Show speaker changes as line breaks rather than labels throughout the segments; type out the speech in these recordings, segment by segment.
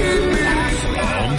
From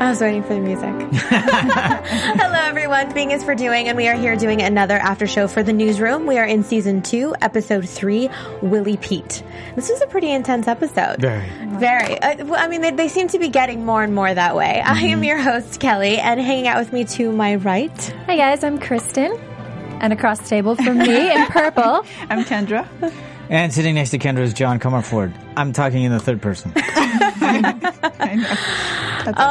I was waiting for the music. Hello, everyone. Bing is for doing, and we are here doing another after show for the newsroom. We are in season two, episode three, Willie Pete. This was a pretty intense episode.
Very.
Very. Uh, well, I mean, they, they seem to be getting more and more that way. I
Mm-hmm.
am your host, Kelly, and hanging out with me to my right.
Hi guys, I'm Kristen. And across the table from me in purple.
I'm Kendra.
And sitting next to Kendra is John Comerford. I'm talking in the third person.
Oh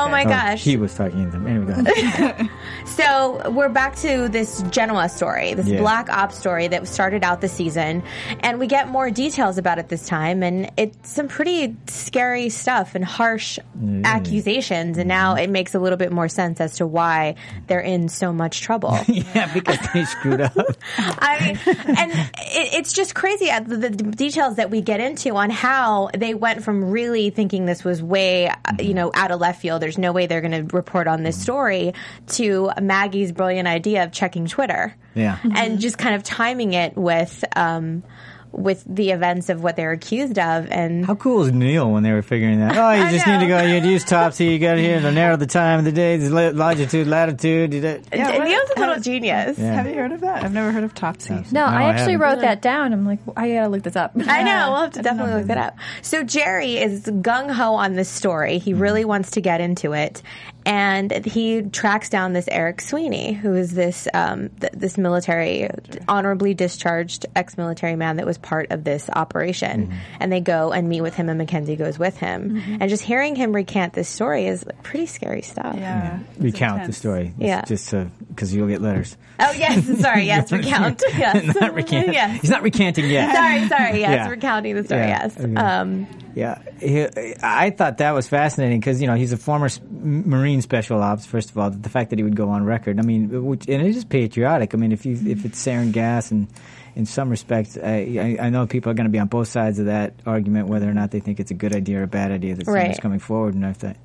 my
Oh,
gosh.
He was talking in the anyway, go ahead.
So we're back to this Genoa story, this
Yeah.
black ops story that started out the season, and we get more details about it this time, and it's some pretty scary stuff and harsh accusations, and now it makes a little bit more sense as to why they're in so much trouble.
yeah, because they screwed up.
I mean, and it, it's just crazy at the, the details that we get into on how they went from really thinking this was way, uh, you know, out of left field. There's no way they're going to report on this story to Maggie's brilliant idea of checking Twitter
Yeah.
and just kind of timing it with, um, with the events of what they're accused of. And
How cool is Neil when they were figuring that? Oh, you just need to go. You use topsy. You got here to narrow the time of the day, the lo- longitude, latitude. You did-
Yeah, what-
Neil's a little
have-
genius.
Have you heard of that? I've never heard of Topsy.
No, I actually
haven't.
wrote that down. I'm like, I gotta look this up.
I know. We'll have to definitely look that up. So Jerry is gung ho on this story. He
Mm-hmm.
really wants to get into it, and he tracks down this Eric Sweeney, who is this um, th- this military, honorably discharged ex military man that was part of this operation.
Mm-hmm.
And they go and meet with him, and Mackenzie goes with him. And just hearing him recant this story is like, pretty scary stuff.
Yeah. it's
Recount the
intense.
story. It's
Yeah.
Just because you'll get letters.
Oh yes, sorry, yes, recount. Yes,
Not recant.
Yes.
He's not recanting yet.
Sorry, sorry, yes,
Yeah.
recounting the story.
Yeah.
Yes.
Okay.
Um,
Yeah, he, I thought that was fascinating because you know he's a former s- Marine Special Ops. First of all, the fact that he would go on record. I mean, which, and it is patriotic. I mean, if you if it's sarin gas and in some respects, I, I, I know people are going to be on both sides of that argument whether or not they think it's a good idea or a bad idea that someone's
Right.
coming forward and everything.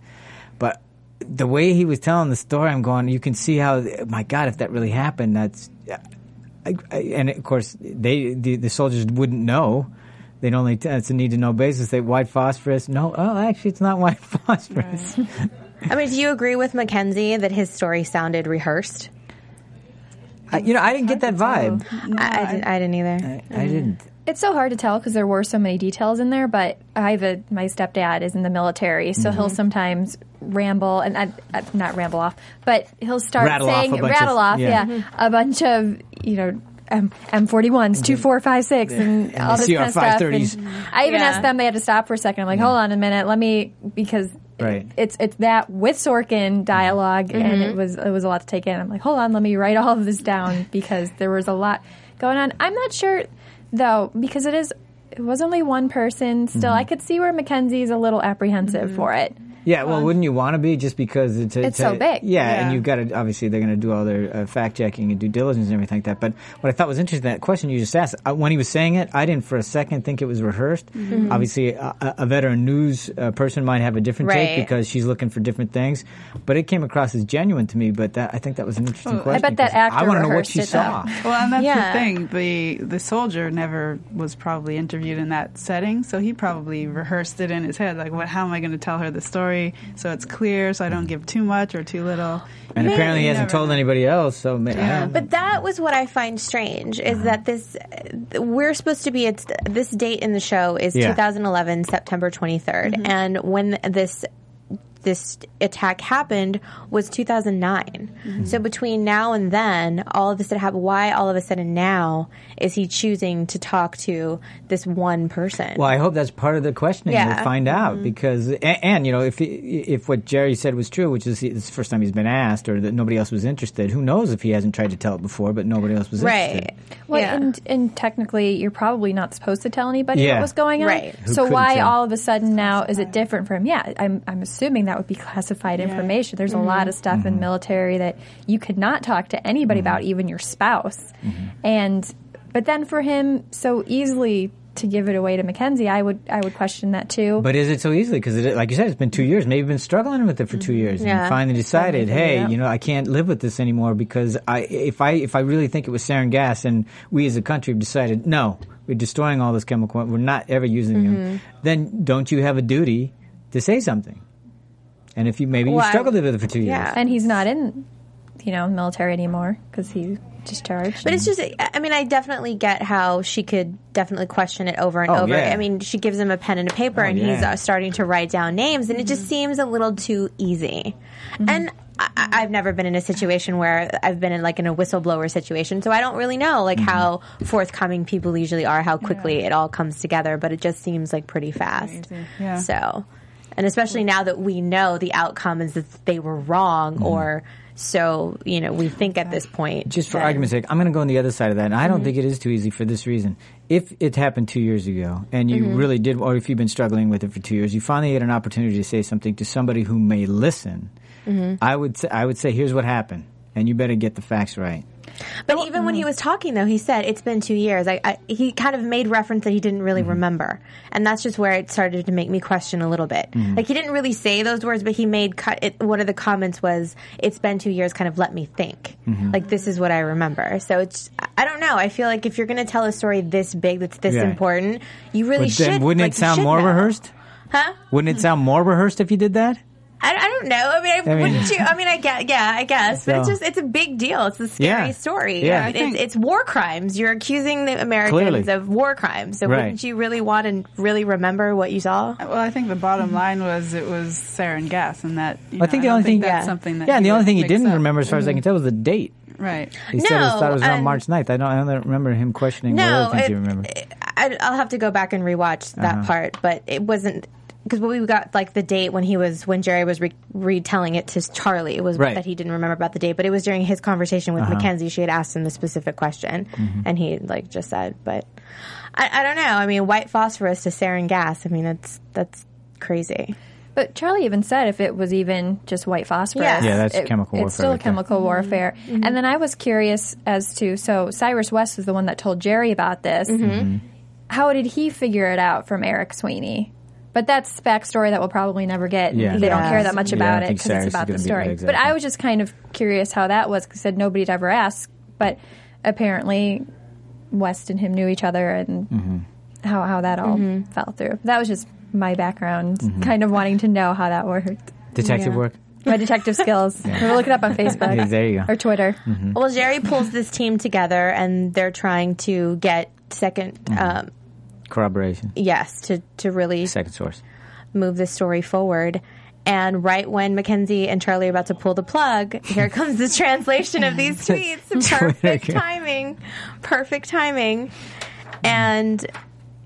But the way he was telling the story, I'm going, you can see how my God, if that really happened, that's I, I, and of course they the, the soldiers wouldn't know. They'd only t- it's a need to know basis. They white phosphorus. No, oh, actually, it's not white phosphorus.
I mean, do you agree with Mackenzie that his story sounded rehearsed?
I, you know, I didn't get that vibe.
I, I, didn't, I didn't either.
I, I didn't.
It's so hard to tell because there were so many details in there. But I have a my stepdad is in the military, so he'll
Mm-hmm.
sometimes ramble and I, I, not ramble off, but he'll start
Rattle off
saying
a bunch of-
rattle off,
yeah.
yeah, a bunch of you know. M forty ones,
Mm-hmm.
two four five six, and
And
all
the
this kind of stuff.
CR530s.
And I even
Yeah.
asked them; they had to stop for a second. I'm like, "Hold on a minute, let me," because
Right.
it's it's that with Sorkin dialog and it was it was a lot to take in. I'm like, hold on, let me write all of this down because there was a lot going on. I'm not sure though because it is it was only one person. Still, I could see where Mackenzie's a little apprehensive for it.
Yeah, well, wouldn't you want to be just because it's,
Um, It's so big.
Yeah,
Yeah.
and you've got to obviously they're going to do all their uh, fact checking and due diligence and everything like that. But what I thought was interesting that question you just asked uh, when he was saying it, I didn't for a second think it was rehearsed.
Mm-hmm.
Obviously, a, a a veteran news uh, person might have a different
Right.
take because she's looking for different things. But it came across as genuine to me. But that I think that was an interesting question.
bet that
'cause I
actor
want to know what
rehearsed
she
it,
saw.
Well, and that's
Yeah.
the thing. The the soldier never was probably interviewed in that setting, so he probably rehearsed it in his head. Like, what? How am I going to tell her the story so it's clear, so I don't give too much or too little?
And apparently, he
You
hasn't
never
told
know.
anybody else. So ma- I don't know.
But that was what I find strange is
Uh-huh.
that this we're supposed to be it's this date in the show is
Yeah.
Mm-hmm. 2011 September 23rd and when this this attack happened was 2009.
Mm-hmm.
So between now and then, all of this had happened. Why all of a sudden now is he choosing to talk to this one person?
Well, I hope that's part of the questioning.
Yeah. Mm-hmm.
We'll find out because, and, and you know, if if what Jerry said was true, which is it's the first time he's been asked, or that nobody else was interested, who knows if he hasn't tried to tell it before, but nobody else was
right.
interested.
Well,
Yeah.
and, and technically, you're probably not supposed to tell anybody
Yeah.
what was going on.
Right.
Who
So
couldn't
why
tell?
all of a sudden now is it different from? Yeah, I'm I'm assuming that would be classified information. There's
Mm-hmm.
a lot of stuff
Mm-hmm.
in military that you could not talk to anybody about, even your spouse.
Mm-hmm.
And but then for him so easily to give it away to Mackenzie, I would I would question that too.
But is it so easily? Because, like you said, it's been two years. Maybe you've been struggling with it for two years,
Yeah.
and finally decided, hey,
yeah.
you know, I can't live with this anymore because I, if I, if I really think it was sarin gas, and we as a country have decided, no, we're destroying all this chemical, we're not ever using
Mm-hmm.
them, then don't you have a duty to say something? And if you maybe
Well,
you
I-
struggled with it for two years,
Yeah.
and he's not in, you know, military anymore because he discharged.
But it's just, I mean, I definitely get how she could definitely question it over and
Oh,
over.
yeah.
I mean, she gives him a pen and a paper
Oh,
and he's
yeah.
uh, starting to write down names and it just seems a little too easy. And I, I- I've never been in a situation where I've been in like in a whistleblower situation, so I don't really know like
Mm-hmm.
how forthcoming people usually are, how quickly it all comes together, but it just seems like pretty fast.
Yeah.
So, and especially now that we know the outcome is that they were wrong
Mm-hmm.
or so, you know, we think at this point.
just for
then-
argument's sake, I'm going to go on the other side of that. And I
Mm-hmm.
don't think it is too easy for this reason. If it happened two years ago and you
Mm-hmm.
really did, or if you've been struggling with it for two years, you finally get an opportunity to say something to somebody who may listen.
Mm-hmm.
I would say, I would say, here's what happened, and you better get the facts right.
But even when
mm.
he was talking, though, he said it's been two years. I, I he kind of made reference that he didn't
Mm-hmm.
really remember, and that's just where it started to make me question a little bit.
Mm-hmm.
Like he didn't really say those words, but he made cut. It, one of the comments was, "It's been two years." Kind of let me think.
Mm-hmm.
Like this is what I remember. So it's I- I don't know. I feel like if you're going to tell a story this big, that's this
Yeah.
important, you really
But
should.
then wouldn't
like,
it
you
sound
should
more
know.
rehearsed?
Huh?
Wouldn't it sound more rehearsed if you did that?
I, I don't know. I mean, I,
mean-
wouldn't you? I mean, I get, yeah, I guess, but it's
So-
just it's a big deal. It's a scary
Yeah.
story. I
Yeah.
mean,
I
it's,
think-
it's war crimes. You're accusing the Americans
Clearly.
of war crimes. So
Right.
wouldn't you really want to really remember what you saw?
Well, I think the bottom line was it was sarin gas, and that you
I
know,
think the
don't
only thing,
that's
yeah.
something that
yeah, and the
he
only
would
thing he
mix
didn't
up.
remember, as far as I can tell, was the date.
right?
He said it was,
Mm-hmm. No,
thought it was around
um,
March 9th. I don't, I don't remember him questioning what
No,
other things
it-
you remember.
I, I'll have to go back and rewatch that
Uh-huh.
part, but it wasn't because we got like the date when he was when Jerry was re- retelling it to Charlie. It was
Right. Uh-huh.
that he didn't remember about the date, but it was during his conversation with Mackenzie. She had asked him the specific question,
Mm-hmm.
and he like just said, "But I, I don't know. I mean, white phosphorus to sarin gas. I mean, that's that's crazy.
But Charlie even said if it was even just white phosphorus.
Yeah. Yeah,
that's
it-
chemical warfare
It's still
right there.
chemical warfare. And then I was curious as to so Cyrus West was the one that told Jerry about this. How did he figure it out from Eric Sweeney? But that's backstory that we'll probably never get.
Yeah.
They don't
Yeah.
care that much
Yeah, I
about it
think
because it's
Cyrus is
about the
gonna be-
story.
exactly.
But I was just kind of curious how that was because said nobody'd ever asked. But apparently, West and him knew each other and
Mm-hmm.
how, how that all fell through. That was just my background,
Mm-hmm.
kind of wanting to know how that worked.
Detective
Yeah.
work.
My detective skills. We'll look it up on
Uh,
Facebook
Yeah, there you go.
or Twitter.
Mm-hmm.
Well, Jerry pulls this team together, and they're trying to get 2nd um,
Corroboration.
yes, to to really
Mm-hmm. Second source.
move the story forward. And right when Mackenzie and Charlie are about to pull the plug, here comes the translation of these tweets. Perfect timing. Perfect timing. And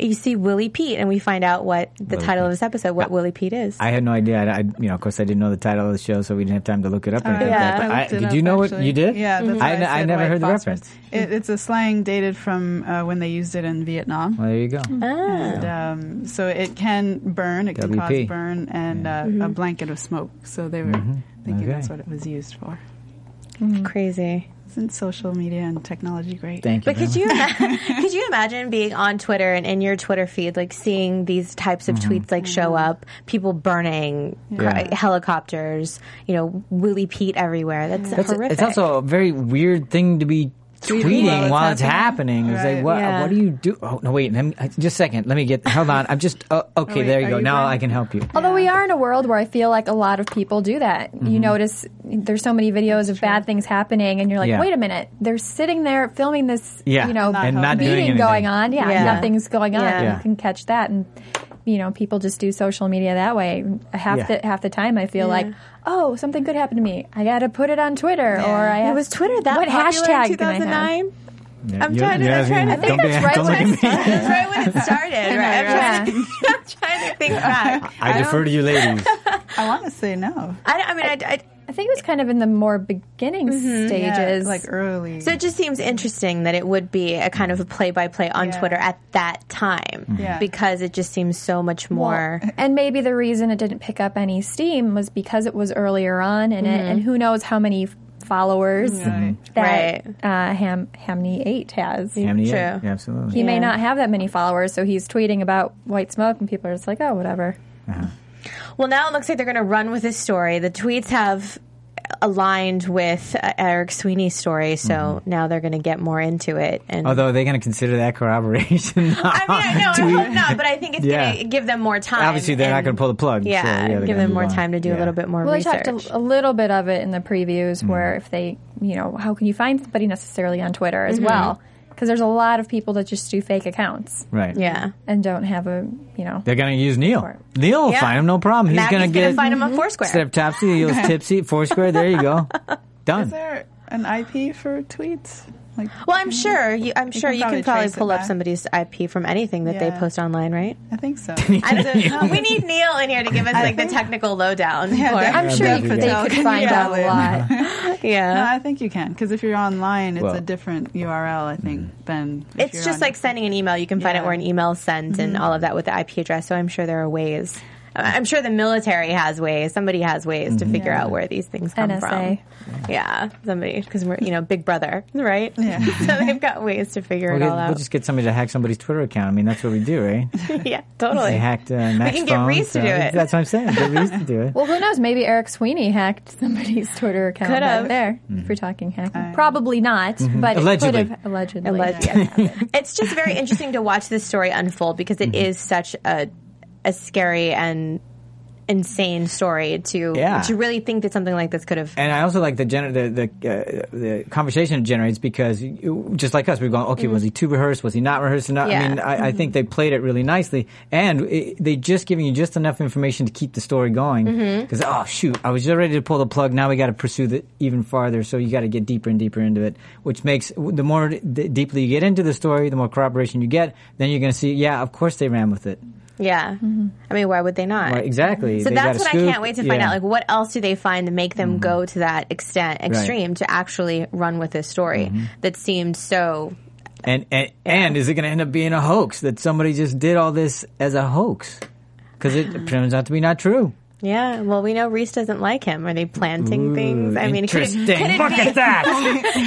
you see Willie Pete, and we find out what the
Willie
title of
Pete.
this episode, what Willie Pete is.
I had no idea. I, I- you know, of course, I didn't know the title of the show, so we didn't have time to look it up. Or anything
yeah,
like that.
I
But I,
looked it
did
up,
you know what
actually. Mm-hmm.
you did?
Yeah, that's why
I, I
said
never
white
heard the
phosphorus.
reference.
It, it's a slang dated from uh, when they used it in Vietnam.
Well, there you go.
And, um, so it can burn, it can
WP.
cause burn, and uh, a blanket of smoke. So they were thinking
Mm-hmm. Okay.
that's what it was used for.
Crazy.
Isn't social media and technology great?
Thank you.
But could you ima- could you imagine being on Twitter and in your Twitter feed, like seeing these types of tweets like show up, people burning cry-
Mm-hmm. Yeah.
helicopters, you know, Willie Pete everywhere. That's,
That's
horrific.
it's also a very weird thing to be tweeting
while
while,
it's
it's happening. It's
Right.
like, what?
Yeah.
What do you do? Oh no, wait. Let me, just a second. Let me get. Hold on. I'm just. Uh, okay,
wait,
there you
are
go.
you
now
burning?
I can help you.
Although we are in a world where I feel like a lot of people do that.
Mm-hmm.
You notice there's so many videos of bad things happening, and you're like,
Yeah.
wait a minute, they're sitting there filming this,
Yeah,
you know,
and not doing
meeting
anything.
going on. Yeah,
Yeah.
nothing's going on.
Yeah.
You can catch that and you know people just do social media that way. Half
Yeah.
the half the time, I feel
Yeah.
like, oh, something good happened to me. I got to put it on Twitter, or I
It
have,
was Twitter that
what
popular
hashtag
in
can I have?
2009.
Yeah,
I'm
you-
trying to-
you're
I'm
asking-
trying to- I
think
don't be-
that's right
don't look
when
at
it
me.
That's right when it started. Right? I'm,
Yeah.
trying to, I'm trying to think back.
I, defer to you, ladies.
I want to say no.
I, don't- I mean, I, I,
I think it was kind of in the more beginning
Mm-hmm.
stages,
Uh, like early.
So it just seems interesting that it would be a kind of a play by play on
Yeah.
Twitter at that time
Yeah.
because it just seems so much more.
Well, and maybe the reason it didn't pick up any steam was because it was earlier on in it,
Mm-hmm.
and who knows how many f- followers
Mm-hmm.
Right.
that
Right.
uh, Ham Hamney Eight has.
Amnio,
True.
yeah, absolutely.
He may
Yeah.
not have that many followers, so he's tweeting about white smoke, and people are just like, "Oh, whatever."
Well, now it looks like they're going to run with this story. The tweets have aligned with uh, Eric Sweeney's story, so now they're going to get more into it. And
Although they're going to consider that corroboration.
I mean, I know, I hope not, but I think it's
Yeah.
going to give them more time.
Obviously, they're not
and-
going to pull the plug. so,
Yeah,
they're
give
gonna
them more
move on.
time to do
Yeah.
a little bit more
Well,
research. Mm-hmm.
they talked a, a little bit of it in the previews, where if they, you know, how can you find somebody necessarily on Twitter
Mm-hmm.
as well? Because there's a lot of people that just do fake accounts
Right.
yeah.
and don't have a, you know,
They're going to use Neil. Neil will
Yeah.
find him, no problem. He's
Maggie's
going to get
find him on Foursquare.
Septopsy, he'll tipsy, Foursquare. There you go. Done.
Is there an IP for tweets? Like,
Well, I'm sure you, I'm sure you
probably
can probably
trace it
pull up
back.
somebody's IP from anything that they
Yeah.
post online, right?
I think so.
I don't- we need Neil in here to give us like the technical lowdown. Yeah,
I'm sure
that'd be
you could, they
good.
could find
Yeah,
out a
Lynn.
lot.
No,
yeah.
I think you can because if you're online, it's
Well- mm-hmm.
a different URL. I think than if
It's
you're
just
on-
like sending an email. You can find
Yeah.
out where an email is sent and
Mm-hmm.
all of that with the IP address. So I'm sure there are ways. I- I'm sure the military has ways. Somebody has ways
Mm-hmm.
to figure out where these things come
NSA.
from. Yeah, somebody because we're you know Big Brother, right?
Yeah.
so they've got ways to figure
We'll,
it
get,
all
we'll
out.
just get somebody to hack somebody's Twitter account. I mean, that's what we do, right?
yeah, totally.
They hacked uh, Max
can get
phone,
Reese to
so
do it.
That's what I'm saying. Get Reese to do it.
Well, who knows? Maybe Eric Sweeney hacked somebody's Twitter account
Could have.
over there. If we're talking hacking, probably not, but
Allegedly.
it could have allegedly.
Alleged-
Yeah.
it's just very interesting to watch this story unfold because
Mm-hmm.
it is such a a scary and insane story to
Yeah.
to really think that something like this could have
And I also like the gener- the the, uh, the conversation it generates because you, just like us, we've gone, okay, was he too rehearsed? Was he not rehearsed
Mm-hmm.
enough? I
Yeah. Mm-hmm.
mean, I, I think they played it really nicely, and it, they just giving you just enough information to keep the story going.
Mm-hmm.
Because oh shoot, I was just ready to pull the plug. Now we got to pursue it even farther. So you got to get deeper and deeper into it, which makes the more d- deeply you get into the story, the more corroboration you get. Then you're going to see, yeah, of course they ran with it.
yeah i mean why would they not
Mm-hmm. Right, exactly.
so
They
that's
got a
what i
scoop.
can't wait to find
Yeah. Mm-hmm.
out like what else do they find to make them go to that extent extreme to actually run with this story
Mm-hmm.
that seemed so
And and, and is it going to end up being a hoax that somebody just did all this as a hoax? Because it turns out to be not true.
yeah well we know reese doesn't like him are they planting
Ooh,
things i mean could it,
interesting.
could it
Look
be,
at that!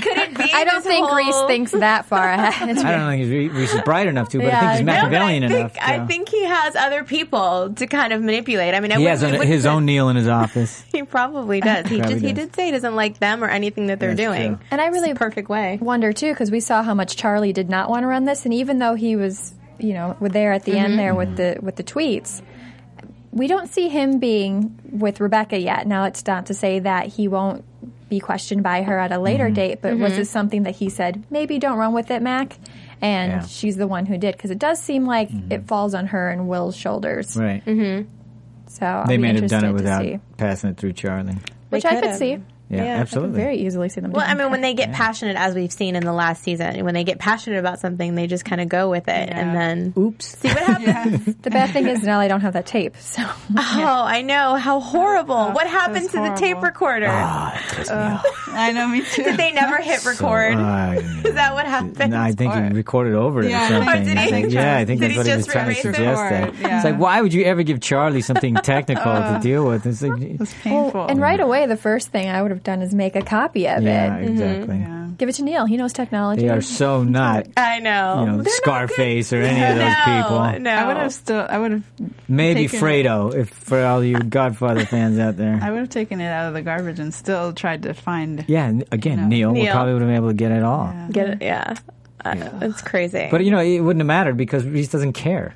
could it be
I don't
this
think Reese
whole-
thinks that far ahead. It's
I don't think he's, Re- Reese is bright enough to, but I think
Yeah,
he's
I know,
No, but I
Machiavellian
think,
enough. so.
I think he has other people to kind of manipulate. I mean, I
he
wouldn't-
has
I
an-
wouldn't
his
put-
own Neil in his office.
He probably does. He
Probably
just he
does.
did say he doesn't like them or anything that they're
That's
doing.
true.
And I
It's
really
the perfect way.
wonder too because we saw how much Charlie did not want to run this, and even though he was, you know, were there at the
Mm-hmm.
end there with the with the tweets, we don't see him being with Rebecca yet. Now it's not to say that he won't be questioned by her at a later
Mm-hmm.
date, but was this something that he said maybe don't run with it, Mac? And
Yeah. Mm-hmm.
she's the one who did because it does seem like it falls on her and Will's shoulders.
Right.
Mm-hmm.
So I'll
They
be
may have
interested
done it
to
without
see.
passing it through Charlie.
which
They
I could
could've.
see.
Yeah,
Yeah, I could
I could
absolutely.
very easily see them.
Well,
doing
I mean,
that.
when they get passionate, as we've seen in the last season, when they get passionate about something, they just kind of go with it, and
Yeah.
then oops, see what happens.
the bad thing is now they don't have that tape, so.
Oh, I know how horrible! what
it
happened
was
to the tape
horrible.
recorder?
Ah.
I know, me too.
Did they never hit record? Is that what happened?
No, uh, I think
Or-
he recorded over it
Yeah,
or
I think-
something.
Or did
I
he?
think- yeah, I think
Did
that's
he
what he was
just
trying to
erase it?
suggest. That.
Yeah.
It's like, why would you ever give Charlie something technical
Uh,
to deal with? It's like,
It's painful.
And right away, the first thing I would have done is make a copy of
yeah,
Mm-hmm.
it.
exactly.
Give it to Neil. He knows technology.
They are so not,
I know.
you know,
They're not
Scarface or any
good.
of those
no,
people.
No,
I would have still. I would have.
Maybe
taken-
Fredo, if for all you Godfather fans out
I
there.
would have taken it out of the garbage and still tried to find.
Yeah, and again, Neil, we
Neil.
probably would have been able to get it all.
get it. Yeah, I it's crazy.
But you know, it wouldn't have mattered because Reese doesn't care.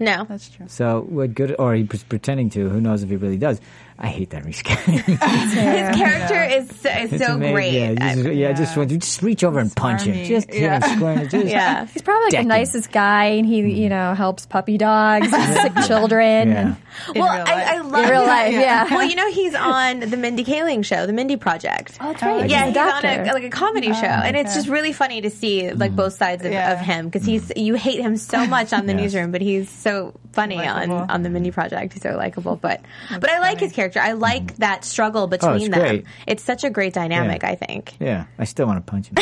no,
That's true.
So what good? Or he was pretending to. Who knows if he really does? I hate that rescheduling.
His character is so, is
It's
so
amazing.
great.
Yeah, you just, yeah, I just want you just reach over and punch him.
Army.
Just hit him
Yeah.
square in the just-
Yeah.
He's probably like
Decking. Mm-hmm.
the nicest guy, and he you know helps puppy dogs, and sick children.
Yeah.
and-
In
well,
real
I, I
life.
love
In real
that.
life, yeah.
Well, you know, he's on the Mindy Kaling show, the Mindy Project.
Oh, that's right.
yeah, he's
He's a
on
doctor.
a,
Oh,
like a comedy show, and it's just really funny to see like both sides of,
Yeah.
of him because he's you hate him so much on the
Yes.
newsroom, but he's so funny on
Likeable.
on the Mindy Project. He's so likable, but but I like his character. I like that struggle between them.
Mm-hmm. Oh, great.
It's such a great dynamic.
Yeah.
I think.
Yeah, I still want to punch him.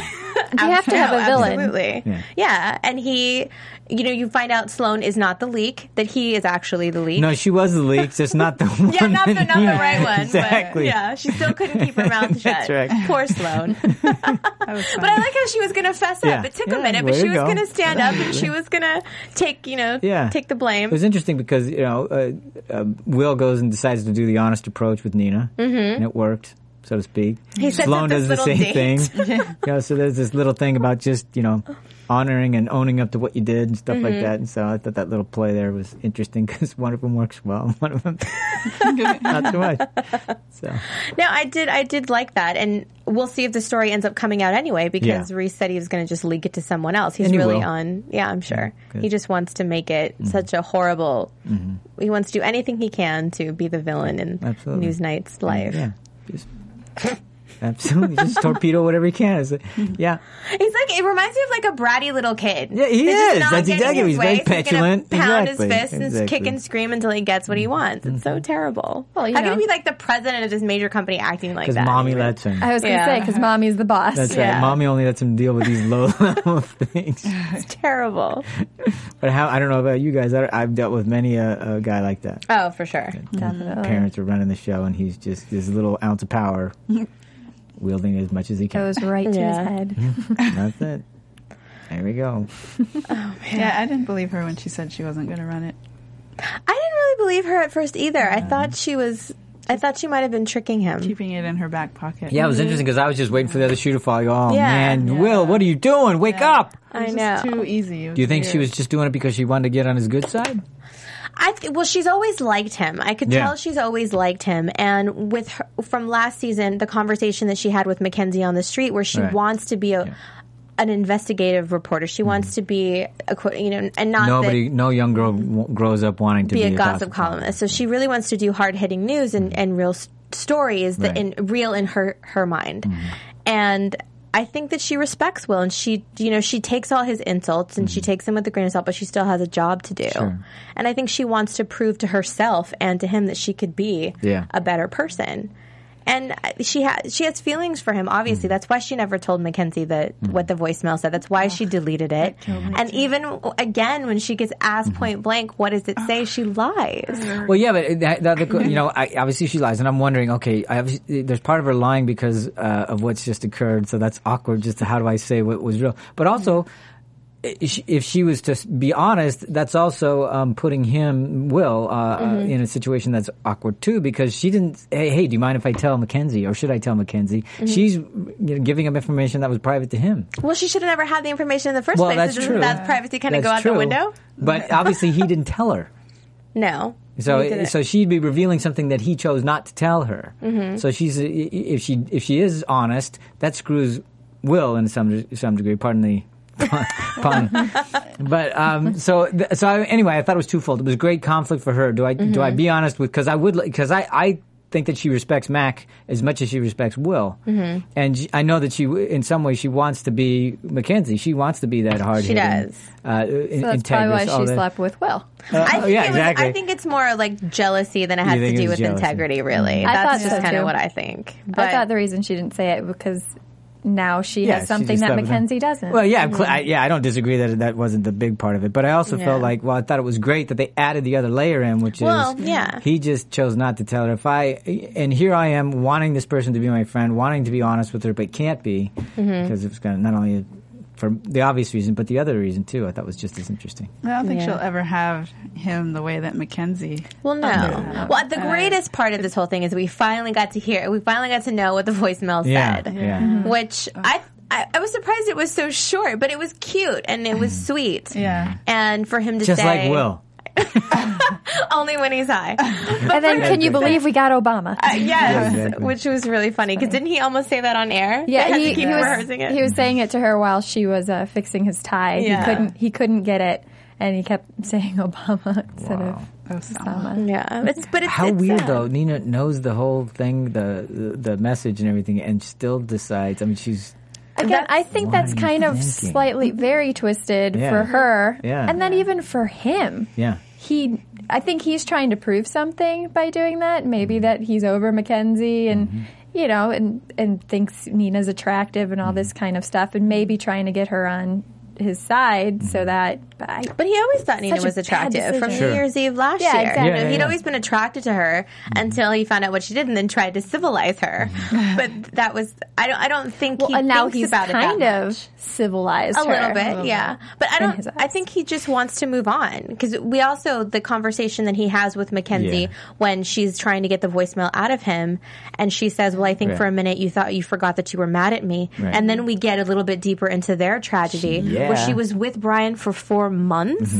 You have to have a villain.
Absolutely.
Yeah.
Yeah. and he, you know, you find out Sloan is not the leak; that he is actually the leak.
No, she was the leak, just not the one.
Yeah, not the not the
Yeah,
right one.
Exactly.
But yeah, she still couldn't keep her mouth shut.
That's right.
Poor Sloan. but I like how she was going to fess up.
Yeah.
It took
Yeah,
a minute,
way
but she
to
was
go.
going to stand up and she was going to take you know
Yeah.
take the blame.
It was interesting because you know uh, uh, Will goes and decides to do the honest approach with Nina, and it worked, so to speak.
Mm-hmm. He sets up
Sloan
this
does
little
the same
date.
thing. you know, so there's this little thing about just you know honoring and owning up to what you did and stuff
Mm-hmm.
like that. And so I thought that little play there was interesting because one of them works well, and one of them not so much. So
No, I did. I did like that, and we'll see if the story ends up coming out anyway. Because
Yeah.
Reese said he was going to just leak it to someone else. He's
And he
really
will. Mm-hmm.
on. Yeah, I'm sure.
good. Mm-hmm.
he just wants to make it such a horrible. He wants to do anything he can to be the villain in
Absolutely.
Newsnight's life.
yeah, just. Absolutely, just torpedo whatever you can. It's like, yeah,
He's like it reminds me of like a bratty little kid.
Yeah, he
just
is.
not
That's
getting
exactly
his
what he's very
way, so gonna
petulant.
pound
Exactly.
his fist and kick
Exactly. Mm-hmm.
and scream until he gets what he wants. It's so terrible.
Well, you
How can
know.
he be like the president of this major company acting like
because
that?
mommy
Anyway.
lets him.
I was
Yeah.
gonna say because mommy's the boss.
That's
Yeah.
right. Mommy only lets him deal with these low level things.
It's terrible.
But how I don't know about you guys. I, I've dealt with many a, a guy like that.
Oh, for sure.
Definitely.
Parents are running the show, and he's just this little ounce of power, wielding as much as he can.
Goes right to
Yeah.
his head.
Mm-hmm. That's it. There we go.
yeah, I didn't believe her when she said she wasn't going to run it.
I didn't really believe her at first either. I thought she was. I thought she might have been tricking him.
Keeping it in her back pocket.
Yeah, it was interesting because I was just waiting for the other shoe to fall. I go, oh
Yeah.
man, Will, what are you doing? Wake up!
It was
I
just
know.
too easy. It was
Do you think
weird.
she was just doing it because she wanted to get on his good side?
I th- well, she's always liked him. I could
Yeah.
tell she's always liked him. And with her, from last season, the conversation that she had with Mackenzie on the street, where she
Right.
wants to be a.
Yeah. Mm-hmm.
An investigative reporter. She wants to be, a, qu- you know, and not that-
Nobody, no young girl w- grows up wanting to be,
be a gossip columnist. So she really wants to do hard hitting news and, and real s- stories that
Right.
in real in her her mind. And I think that she respects Will, and she you know she takes all his insults and she takes them with a grain of salt, but she still has a job to do. And I think she wants to prove to herself and to him that she could be
Yeah.
a better person. And I- she has she has feelings for him.
Mm.
Obviously, that's why she never told Mackenzie that what the voicemail said. That's why she deleted it. And even w- again, when she gets asked
Mm-hmm.
point blank, "What does it say?" She lies.
Well, yeah, but uh, that, that, the, you know, I, obviously she lies, and I'm wondering, okay, I obviously- there's part of her lying because uh, of what's just occurred, so that's awkward. Just how do I say what was real? But also, i- she- if she was to s- be honest, that's also um, putting him Will uh, uh,
Mm-hmm.
in a situation that's awkward too, because she didn't. Hey, hey, do you mind if I tell Mackenzie, or should I tell Mackenzie?
Mm-hmm.
She's you know, giving him information that was private to him.
Well, she should have never had the information in the first
Well,
place.
that's
Doesn't
true.
That privacy kind of
That's
go out
true.
the window.
But obviously, he didn't tell her.
No. You
So,
didn't.
so she'd be revealing something that he chose not to tell her. So she's i- i- if she if she is honest, that screws Will in some some degree. Pardon the pun, but um, so th- so I, anyway, I thought it was twofold. It was great conflict for her. Do I do I be honest with? Because I would because I I think that she respects Mac as much as she respects Will, and she, I know that she w- in some way she wants to be Mackenzie. She wants to be that hard.
does.
Uh, in,
So that's probably why
integrous, all
she
that.
slept with Will.
I
oh,
think,
yeah,
it was,
exactly.
I think it's more like jealousy than it has
You
to
think
do
it's
with
jealousy.
integrity, really.
I
That's
thought
just
so,
kind of
too.
what I think.
I
But-
thought the reason she didn't say it because now she
Yeah, she
has something
just
that
slept with him.
Mackenzie doesn't.
Well, yeah, I'm cl- I, yeah, I don't disagree that that wasn't the big part of it, but I also felt
Mm-hmm. Yeah.
like, well, I thought it was great that they added the other layer in, which
Well,
is,
yeah.
he just chose not to tell her. If I and here I am wanting this person to be my friend, wanting to be honest with her, but can't be
Mm-hmm.
because it's going to not only for the obvious reason, but the other reason too. I thought was just as interesting.
I don't think
Yeah.
she'll ever have him the way that Mackenzie.
Well, no. Well,
Uh,
the greatest part of this whole thing is we finally got to hear. We finally got to know what the voicemail
Yeah,
said.
yeah. Mhm.
Which
Oh.
I, I I was surprised it was so short, but it was cute and it was sweet.
Yeah.
And for him to
Just
say,
like Will.
only when he's high.
and then can you believe we got Obama?
Uh, yes,
exactly.
which was really funny because didn't he almost say that on air? They
Yeah,
had
he,
to keep
he was
rehearsing it.
he was saying it to her while she was uh, fixing his tie.
Yeah.
He couldn't he couldn't get it, and he kept saying Obama instead of Osama.
yeah, it's, but it's
How
it's uh,
weird
sad.
though. Nina knows the whole thing, the the message and everything, and still decides. I mean, she's
Again, I think
What
that's
are you
kind of
thinking?
slightly very twisted
Yeah.
for her,
Yeah.
and then even for him.
yeah.
he I think he's trying to prove something by doing that. Maybe
Mm-hmm.
that he's over Mackenzie and you know, and and thinks Nina's attractive and
Mm-hmm.
all this kind of stuff and maybe trying to get her on his side
Mm-hmm.
so that but I,
But he always thought Nina
Such a
was
bad
attractive from
decision.
New Year's Eve last
Yeah,
year. Mm-hmm.
exactly.
Yeah, yeah,
He'd
yeah.
always been attracted to her until he found out what she did, and then tried to civilize her. but that was I don't I don't think he
and now
thinks
he's
about it that
kind
much.
of civilized
a
her.
little bit, yeah. But I
his
don't.
eyes.
I think he just wants to move on because we also the conversation that he has with Mackenzie
Yeah.
when she's trying to get the voicemail out of him, and she says, "Well, I think
Right.
for a minute you thought you forgot that you were mad at me,"
Right.
and then we get a little bit deeper into their tragedy where
Yeah. Mm-hmm.
she was with Brian for four months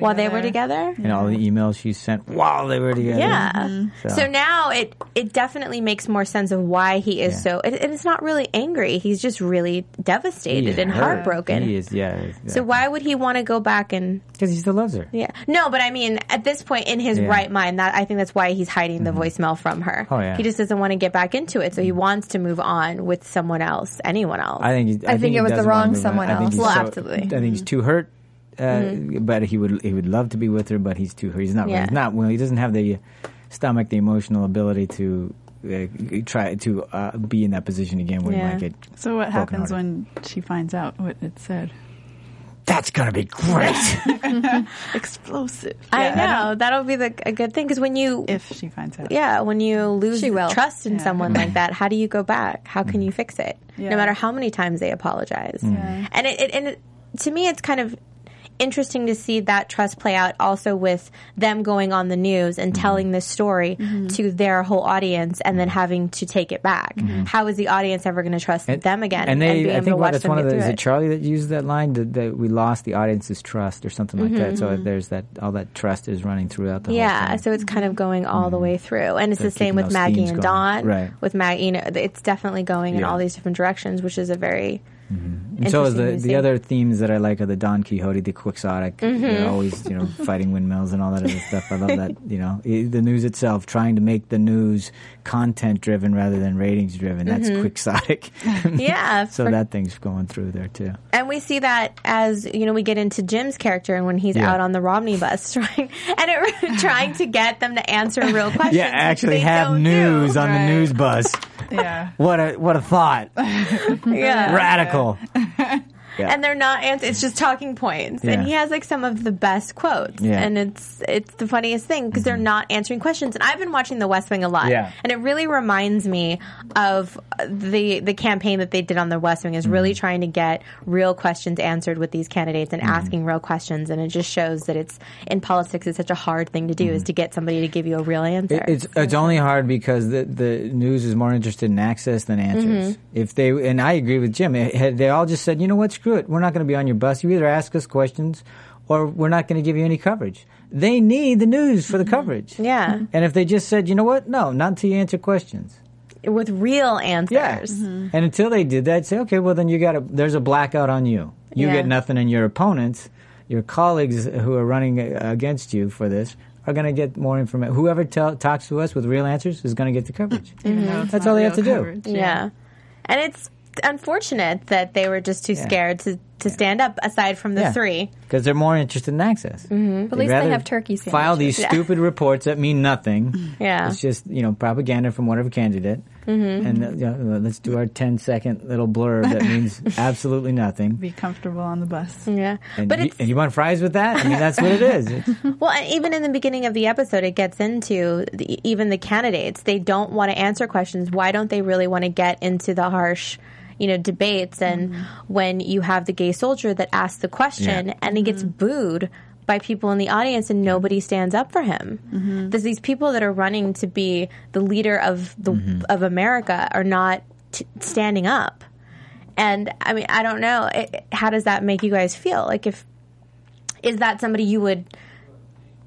While they were
together.
And all the emails she sent while they were together.
Yeah.
So-
So. now it it definitely makes more sense of why he is
Yeah.
so. And and it's not really angry. He's just really
He
devastated
is
and
hurt.
heartbroken.
He is, yeah.
So why would he want to go back and
Because he still loves her.
yeah? No, but I mean, at this point in his
Yeah. Mm-hmm.
right mind, that I think that's why he's hiding the voicemail from her.
Oh, yeah. Mm.
He just doesn't want to get back into it, so he wants to move on with someone else, anyone else.
I think. He, I,
think it
he
was the
doesn't wanna
wrong
move on.
someone
I think
else.
he's
Well,
so-
absolutely. Mm-hmm.
I think he's too hurt. Uh, But he would he would love to be with her, but he's too hurt. He's not.
Yeah.
He's not. Well, he doesn't have the stomach, the emotional ability to uh, try to uh, be in that position again where
Yeah.
he might get.
So what happens
hearted.
when she finds out what it said?
That's gonna be great.
Explosive.
I
Yeah,
know that'll be the, a good thing because when you
If she finds out.
yeah, when you lose
She will.
trust in
Yeah.
someone like that, how do you go back? How can you fix it?
Yeah.
No matter how many times they apologize.
Mm.
And it, it and it, to me, it's kind of interesting to see that trust play out also with them going on the news
Mm-hmm.
and telling this story to their whole audience and then having to take it back. How is the audience ever going to trust them again
Mm-hmm. And they,
be
I
able to
think what,
watch
that's
them
one of
get
the.
through
Is it
it?
Charlie that used that line? That, that we lost the audience's trust or something like that. So there's that all that trust is running throughout the whole
Mm-hmm, Yeah,
thing.
so it's kind of going all the way through, and it's
They're
the same
keeping
with
those
Maggie
themes
and
going.
Don.
Right.
With Maggie, you know, it's definitely going in
Yeah.
all these different directions, which is a very
And so is
interesting Mm-hmm.
the
to
the
see.
other themes that I like are the Don Quixote, the quixotic. They're always you know fighting windmills and all that other stuff. I love that. You know I- the news itself, trying to make the news content driven rather than ratings driven. That's quixotic.
yeah. Mm-hmm.
so
for-
that thing's going through there too.
and we see that as you know we get into Jim's character and when he's
Yeah.
out on the Romney bus trying and it, trying to get them to answer real questions.
Yeah,
which
actually
they
have
don't
news
do.
on
Right.
the news bus.
Yeah.
What a what a thought!
Yeah.
Radical.
And they're not answering. It's just talking points.
Yeah.
And he has like some of the best quotes.
Yeah. Mm-hmm.
And it's it's the funniest thing because they're not answering questions. And I've been watching The West Wing a lot.
Yeah.
And it really reminds me of the the campaign that they did on The West Wing is really
Mm-hmm.
trying to get real questions answered with these candidates and asking real questions. And it just shows that it's in politics it's such a hard thing to do is to get somebody to give you a real answer.
Mm-hmm. It- It's it's only hard because the the news is more interested in access than answers. If they and I agree with Jim, It- had they all just said, you know what, screw it, we're not going to be on your bus. You either ask us questions, or we're not going to give you any coverage. They need the news for the coverage.
yeah.
And if they just said, you know what, no, not until you answer questions.
With real answers.
Yeah. And until they did that, say, okay, well then you got to there's a blackout on you. You
Yeah.
get nothing, and your opponents, your colleagues who are running uh, against you for this. Are going to get more information. Whoever tell, talks to us with real answers is going to get the coverage.
Even though it's
That's
not
all they
real
have to do.
coverage.
Yeah. And it's unfortunate that they were just too scared to, to stand up aside from the three.
Because they're more interested in access. Mm-hmm.
At least they have turkey sandwiches.
File these
Yeah.
stupid reports that mean nothing.
Yeah.
It's just, you know, propaganda from whatever candidate. Mm-hmm. And uh, you know, let's do our 10 second little blurb that means absolutely nothing.
Be comfortable on the bus.
Yeah.
And,
but
you,
it's
and you want fries with that? I mean, that's what it is. It's,
well, and even in the beginning of the episode, it gets into the, even the candidates. They don't want to answer questions. Why don't they really want to get into the harsh, you know, debates? And when you have the gay soldier that asks the question
Yeah.
and he gets booed by people in the audience and nobody stands up for him. There's these people that are running to be the leader of the of America are not t- standing up. And I mean, I don't know. It, how does that make you guys feel? Like, if is that somebody you would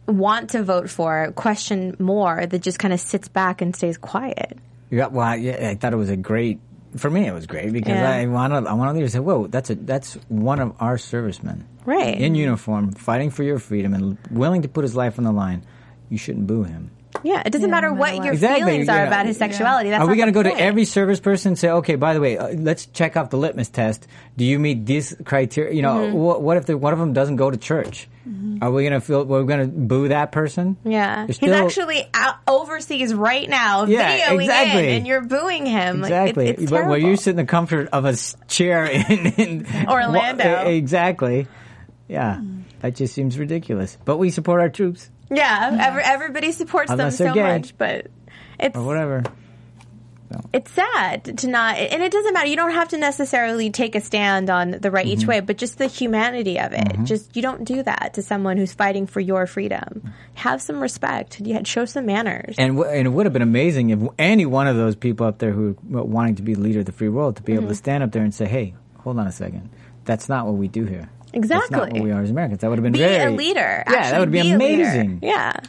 want to vote for question more that just kind of sits back and stays quiet.
Yeah, well, I, yeah, I thought it was a great. For me, it was great because
Yeah.
I want to. I want to leaders say, "Whoa, that's a that's one of our servicemen,
Right.
In uniform, fighting for your freedom and willing to put his life on the line. You shouldn't boo him."
Yeah, it doesn't matter
no
what
matter
your
what. Exactly,
feelings are
yeah.
about his sexuality. That's
Are we
going to
go to every service person and say, okay, by the way, uh, let's check off the litmus test. Do you meet these criteria? You know,
Mm-hmm.
what, what if the, one of them doesn't go to church? Are we going to feel, we're going to boo that person?
Yeah,
They're
he's
still-
actually out overseas right now,
Yeah,
videoing
exactly.
in, and you're booing him. Like, it-
Exactly.
it's
but
terrible.
while you sit in the comfort of a s- chair in, in
Orlando.
Wa- e- exactly. Yeah. That just seems ridiculous. But we support our troops
yeah, ever, everybody supports
Unless
them
they're
so
gay.
much, but it's
or whatever.
it's sad to not, and it doesn't matter. You don't have to necessarily take a stand on the right
Mm-hmm.
each way, but just the humanity of it. Just you don't do that to someone who's fighting for your freedom. Have some respect. Yeah, show some manners.
And, w- and it would have been amazing if any one of those people up there who were wanting to be leader of the free world to be
Mm-hmm.
able to stand up there and say, hey, hold on a second. That's not what we do here. That's not
Exactly.
what we are as Americans. That would have been
be
very.
a leader.
Yeah, that
Actually
would be,
a leader.
amazing.
Yeah,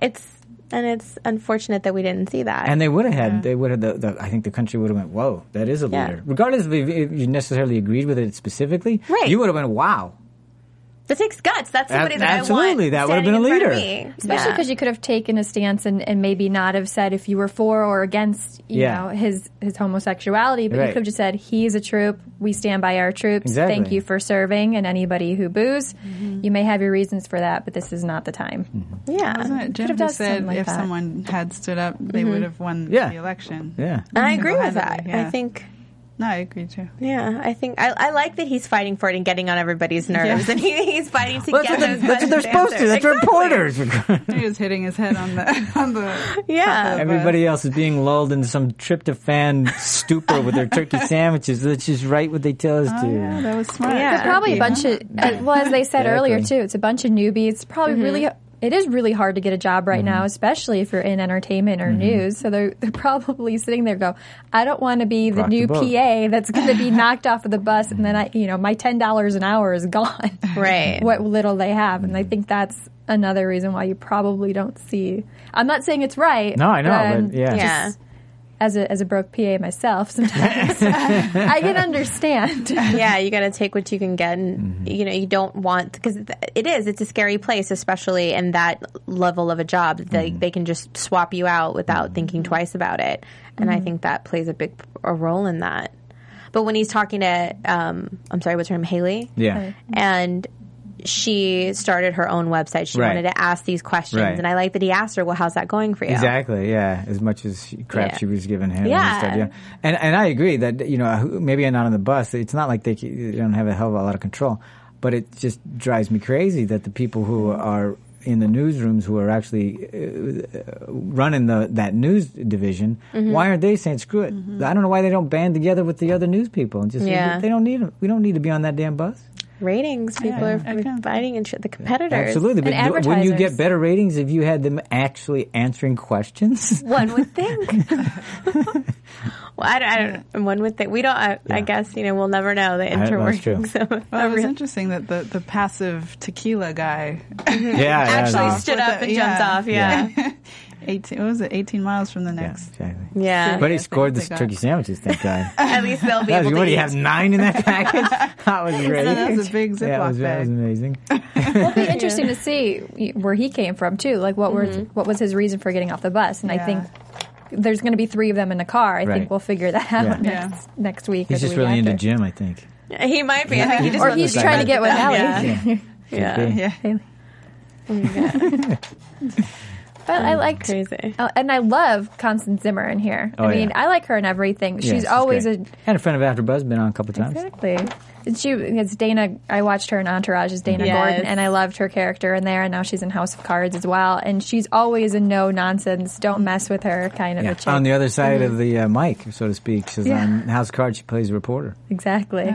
it's and it's unfortunate that we didn't see that.
And they would have had, they would have, the, the, I think the country would have went, whoa, that is a
Yeah.
leader. Regardless of if, if you necessarily agreed with it specifically,
Right.
you would have been, wow,
that takes guts. That's somebody
Ab-
that
absolutely,
I want.
that would have been a
standing in front of
leader.
me.
Especially
Yeah.
because you could have taken a stance and, and maybe not have said if you were for or against, you
Yeah.
know, his his homosexuality, but
Right.
you could have just said he's a troop. We stand by our troops.
Exactly.
Thank you for serving. And anybody who boos, you may have your reasons for that, but this is not the time.
yeah,
Wasn't it Jim
have
who
done
said
something like
if
that.
someone had stood up, they would have won
Yeah.
the election?
yeah.
and I agree with that.
Single-handedly, yeah.
I think.
No, I agree too.
Yeah, I think I, I like that he's fighting for it and getting on everybody's nerves, and he, he's fighting to
Well,
get those.
that's, what they- that's what they're
questions
supposed to.
answered.
That's
Exactly.
reporters.
He was hitting his head on the on the
Yeah.
top of the
Everybody else is being lulled into some tryptophan stupor with their turkey sandwiches. That's just right what they tell us to.
bus. Yeah, that was smart.
Yeah.
They're probably a bunch of, uh, well, as they said earlier too, it's a bunch of newbies. It's probably
Mm-hmm.
really, it is really hard to get a job right now, especially if you're in entertainment
Mm-hmm.
or news. So they're, they're probably sitting there go, I don't want to be the
Rock the
new
boat.
PA that's going to be knocked off of the bus. And then I, you know, my $10 an hour is gone.
Right.
what little they have. And I
Mm-hmm.
think that's another reason why you probably don't see, I'm not saying it's right.
No, I know,
I'm
but yeah.
Yeah.
As a, as a broke PA myself, sometimes I can understand.
yeah, you got to take what you can get,
Mm-hmm.
and you know you don't want because it is it's a scary place, especially in that level of a job. They
Mm-hmm.
they can just swap you out without thinking twice about it, and I think that plays a big a role in that. But when he's talking to, um, I'm sorry, what's her name, Haley?
Yeah.
and she started her own website. She
Right.
wanted to ask these questions,
Right.
and I like that he asked her, "Well, how's that going for you?"
Exactly. Yeah. As much as she- crap
Yeah.
she was giving him.
Yeah.
And, stuff, yeah. and and I agree that you know who- maybe not on the bus. It's not like they, c- they don't have a hell of a lot of control, but it just drives me crazy that the people who are in the newsrooms who are actually uh, running the that news division, why aren't they saying screw it? I don't know why they don't band together with the other news people and just say,
Yeah.
they don't need 'em. We don't need to be on that damn bus.
Ratings, people
Yeah.
are
Okay.
fighting and the competitors.
Absolutely, but
And
do- wouldn't you get
advertisers.
better ratings if you had them actually answering questions?
One would think. well, I don't, I don't. One would think. We don't. I, I
Yeah.
guess you know. We'll never know the
that's
interworkings.
true.
of a
Well, it was
real-
interesting that the, the passive tequila guy,
yeah,
actually
yeah.
stood
With
up
the-
and jumped
yeah.
off. Yeah, yeah.
18, what was it, 18 miles from the next?
exactly.
Yeah.
But he
Yes,
scored
they
the
got-
turkey sandwiches, thank God.
At least they'll be
That was,
able
what
to
do
eat.
you have nine in that package? That was great.
that was a big
yeah, it was, that
Ziploc
was
bag.
amazing.
It'd be interesting to see where he came from too. Like what were what was his reason for getting off the bus? And I
Mm-hmm. Yeah.
think there's going to be three of them in a car. I
Right.
think we'll figure that out
Yeah.
next next week.
He's
or the
just
week
really into
after.
Jim, I think.
He might be. I think he just
Or
wants
he's
to
trying to get with Allie.
Yeah.
Yeah.
Yeah.
Okay.
Yeah.
But I liked
Crazy.
Oh, and I love Constance Zimmer in here.
Oh,
I mean,
yeah.
I like her in everything.
Yeah,
she's always
great.
a
Had a friend of AfterBuzz been on a couple times.
Exactly. And She it's Dana. I watched her in Entourage as Dana
Yes.
Gordon, and I loved her character in there. And now she's in House of Cards as well. And she's always a no nonsense, don't mess with her kind of a
Yeah.
chick.
On the other side of the uh, mic, so to speak. Because
Mm-hmm. Yeah. Mm-hmm.
on House of Cards, she plays a reporter.
exactly.